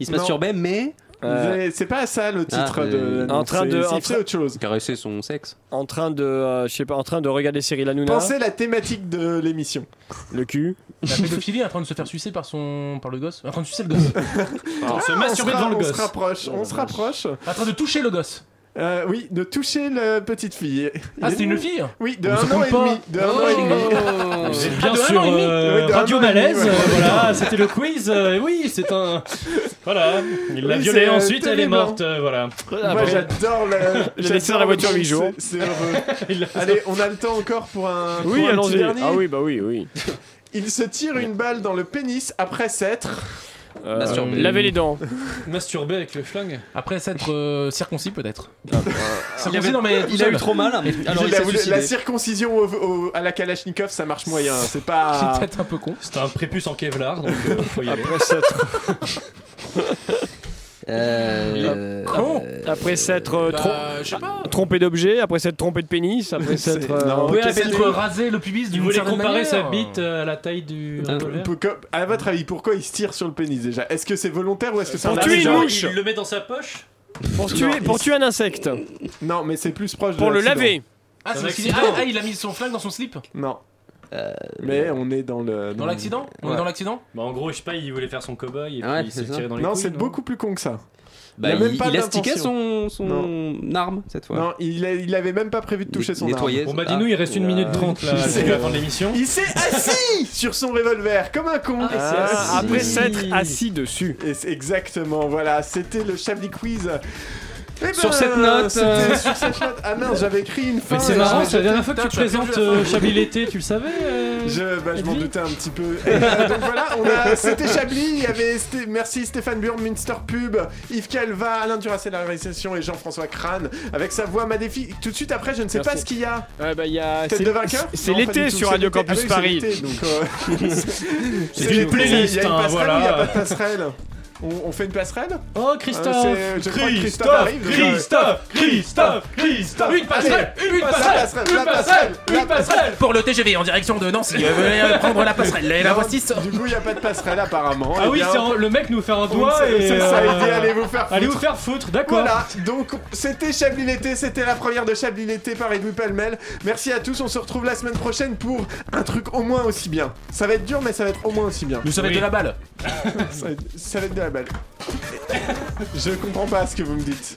Speaker 10: Il se
Speaker 9: Non.
Speaker 10: masturbait, mais.
Speaker 12: Euh,
Speaker 9: Mais C'est pas ça le
Speaker 10: Ah,
Speaker 9: titre
Speaker 10: mais-
Speaker 9: de...
Speaker 12: En train
Speaker 9: c'est-
Speaker 12: de-
Speaker 9: c'est-
Speaker 12: en
Speaker 9: c'est
Speaker 12: train-
Speaker 9: autre chose.
Speaker 10: Caresser son sexe.
Speaker 12: en train de euh, je sais pas en train de regarder Cyril Hanouna.
Speaker 9: Pensez la thématique de l'émission.
Speaker 12: Le cul.
Speaker 6: La pédophilie est en train de se faire sucer par son par le gosse, en train de sucer le gosse,
Speaker 9: Ah,
Speaker 11: se
Speaker 9: on
Speaker 11: masturber
Speaker 9: ra-
Speaker 11: devant le
Speaker 9: on se
Speaker 11: gosse.
Speaker 9: rapproche, on se rapproche.
Speaker 6: en train de toucher le gosse.
Speaker 9: Euh, oui, de toucher la petite fille.
Speaker 6: Ah,
Speaker 9: Il-
Speaker 6: c'était une fille
Speaker 9: Oui, de
Speaker 6: Mais ça
Speaker 9: un an
Speaker 6: compte
Speaker 9: et
Speaker 6: pas.
Speaker 9: demi. De un an et demi.
Speaker 12: Oh,
Speaker 11: Vous êtes
Speaker 6: Ah,
Speaker 11: bien
Speaker 6: de un
Speaker 11: sur
Speaker 6: an et demi.
Speaker 11: euh,
Speaker 9: Oui, de
Speaker 11: Radio
Speaker 9: un an et demi,
Speaker 11: Malaise,
Speaker 9: ouais.
Speaker 11: euh, voilà, c'était le quiz. euh, oui, c'est un. Voilà, il l'a
Speaker 9: Oui,
Speaker 11: violée
Speaker 9: c'est, euh,
Speaker 11: ensuite, elle est
Speaker 9: terrible, hein.
Speaker 11: morte, euh, voilà.
Speaker 9: Moi j'adore la.
Speaker 12: Il a laissé dans la voiture huit jours.
Speaker 9: C'est c'est heureux.
Speaker 11: Il l'a-
Speaker 9: Allez, on a le temps encore pour un. pour
Speaker 12: Oui,
Speaker 9: un petit
Speaker 12: allons-y.
Speaker 9: dernier.
Speaker 12: Ah oui, bah oui, oui.
Speaker 9: Il se tire une balle dans le pénis après s'être.
Speaker 12: Euh,
Speaker 10: Masturber.
Speaker 12: lavez les dents.
Speaker 11: Masturbé avec le flingue.
Speaker 6: Après s'être euh, circoncis peut-être.
Speaker 9: Ah, bah,
Speaker 10: Il,
Speaker 9: euh,
Speaker 6: circoncis
Speaker 10: avait-
Speaker 6: non mais tout
Speaker 10: il a
Speaker 6: seul.
Speaker 10: eu trop mal. hein. Alors
Speaker 9: Il
Speaker 10: il
Speaker 9: a
Speaker 10: s'est
Speaker 9: voulu- la
Speaker 10: suicidé.
Speaker 9: circoncision au- au- à la Kalachnikov, ça marche moyen. hein. C'est pas.
Speaker 11: Ah.
Speaker 6: C'est peut-être un peu con.
Speaker 9: Ah,
Speaker 11: C'était un prépuce en Kevlar, donc euh, faut y aller.
Speaker 12: Après s'être Euh, Après s'être
Speaker 11: Bah-
Speaker 9: bah,
Speaker 12: euh, trom- trompé d'objet, après s'être trompé de pénis, après
Speaker 6: C'est-
Speaker 12: s'être. euh,
Speaker 6: non, Ouais, qu'est-ce après que- s'être rasé le pubis
Speaker 11: Il
Speaker 6: d'une
Speaker 11: voulait
Speaker 6: certaine
Speaker 11: comparer
Speaker 6: manière.
Speaker 11: sa bite euh, à la taille du revolver.
Speaker 9: Pourquoi- À votre avis, pourquoi il se tire sur le pénis déjà Est-ce que c'est volontaire ou est-ce que c'est un accident
Speaker 11: Ah, Il le met dans sa poche
Speaker 12: Pour
Speaker 9: tuer- pour tuer
Speaker 12: un insecte.
Speaker 9: Non, mais c'est plus proche de
Speaker 12: Pour le
Speaker 9: l'accident.
Speaker 12: laver.
Speaker 6: Ah, c'est
Speaker 9: Un
Speaker 6: l'accident.
Speaker 9: accident.
Speaker 6: Ah, il a mis son flingue dans son slip
Speaker 9: Non. mais on est dans le.
Speaker 6: Dans l'accident On est
Speaker 9: Ouais.
Speaker 6: dans l'accident
Speaker 11: Bah, en gros, je sais pas, il voulait faire son cowboy et puis
Speaker 10: Ouais,
Speaker 11: il
Speaker 10: c'est
Speaker 11: s'est
Speaker 10: ça.
Speaker 11: tiré dans les
Speaker 9: Non,
Speaker 11: couilles,
Speaker 9: c'est beaucoup plus con que ça.
Speaker 10: Bah,
Speaker 9: a même
Speaker 10: il-
Speaker 9: pas
Speaker 10: il astiquait
Speaker 9: d'intention.
Speaker 10: son- son arme, cette fois.
Speaker 9: Non, il, a- il avait même pas prévu de toucher son
Speaker 10: nettoyait
Speaker 9: arme.
Speaker 10: Bon, bah, dis-nous,
Speaker 11: il reste une minute trente, là,
Speaker 9: Il
Speaker 11: jusqu'à
Speaker 9: s'est-
Speaker 11: la fin de l'émission.
Speaker 9: Il s'est assis sur son revolver comme un con.
Speaker 12: Ah, après s'être assis dessus.
Speaker 9: Et c'est- exactement, voilà, c'était le Chablis Quiz. Eh ben,
Speaker 11: Sur cette note,
Speaker 9: c'était
Speaker 11: euh,
Speaker 9: sur cette note. Ah mince, j'avais écrit une fin.
Speaker 11: Mais c'est
Speaker 9: et
Speaker 11: marrant,
Speaker 9: j'avais
Speaker 11: c'est la dernière
Speaker 9: jeté-
Speaker 11: fois que tu
Speaker 9: Putain, j'avais
Speaker 11: présentes
Speaker 9: plus la
Speaker 11: euh,
Speaker 9: fin.
Speaker 11: Chablis l'été, tu le savais euh,
Speaker 9: Je, bah, je m'en
Speaker 11: Edwy
Speaker 9: doutais un petit peu. Et, euh, donc voilà, on a- c'était Chablis. Il y avait Sté- merci Stéphane Burn, Minster Pub, Yves Calva, Alain Duracell à la réalisation et Jean-François Crane avec sa voix magnifique. Tout de suite après, je ne sais
Speaker 12: Merci.
Speaker 9: pas ce qu'il y a.
Speaker 12: Ouais, bah, il y a-
Speaker 9: Tête
Speaker 12: c'est-
Speaker 9: de vainqueur
Speaker 12: c'est
Speaker 9: Non, pas
Speaker 12: l'été
Speaker 9: du tout,
Speaker 12: sur
Speaker 9: c'est
Speaker 12: Radio
Speaker 9: l'été.
Speaker 12: Campus
Speaker 9: Ah oui,
Speaker 12: Paris.
Speaker 9: c'est l'été, donc, euh,
Speaker 12: C'est
Speaker 9: l'été,
Speaker 12: une playlist,
Speaker 9: Il y a une
Speaker 12: hein,
Speaker 9: passerelle
Speaker 12: voilà.
Speaker 9: ou il n'y a pas de passerelle on, on fait une passerelle
Speaker 11: Oh
Speaker 9: Euh,
Speaker 11: Christophe
Speaker 9: c'est- je crois que Christophe arrive, donc, euh,
Speaker 11: Christophe Christophe Christophe Une passerelle
Speaker 9: Allez,
Speaker 11: Une passerelle Une passerelle Une passerelle
Speaker 6: Pour le TGV en direction de Nancy, euh, venez euh, prendre la passerelle. Et la
Speaker 9: Non,
Speaker 6: voici.
Speaker 9: Du coup, il n'y a pas de passerelle apparemment.
Speaker 11: Ah
Speaker 9: Eh
Speaker 11: oui,
Speaker 9: bien,
Speaker 11: c'est en- le mec nous fait un
Speaker 9: on-
Speaker 11: doigt
Speaker 9: c'est-
Speaker 11: et...
Speaker 9: c'est ça,
Speaker 11: euh,
Speaker 9: il dit, allez vous faire foutre.
Speaker 11: Allez vous faire foutre, d'accord
Speaker 9: Voilà, donc c'était Chablis l'été, c'était la première de Chablis l'été par Edoui Palmel. Merci à tous, on se retrouve la semaine prochaine pour un truc au moins aussi bien. Ça va être dur, mais ça va être au moins aussi bien.
Speaker 6: Nous, ça va être de la balle.
Speaker 9: ça, va être, ça va être de la balle. Je comprends pas ce que vous me dites.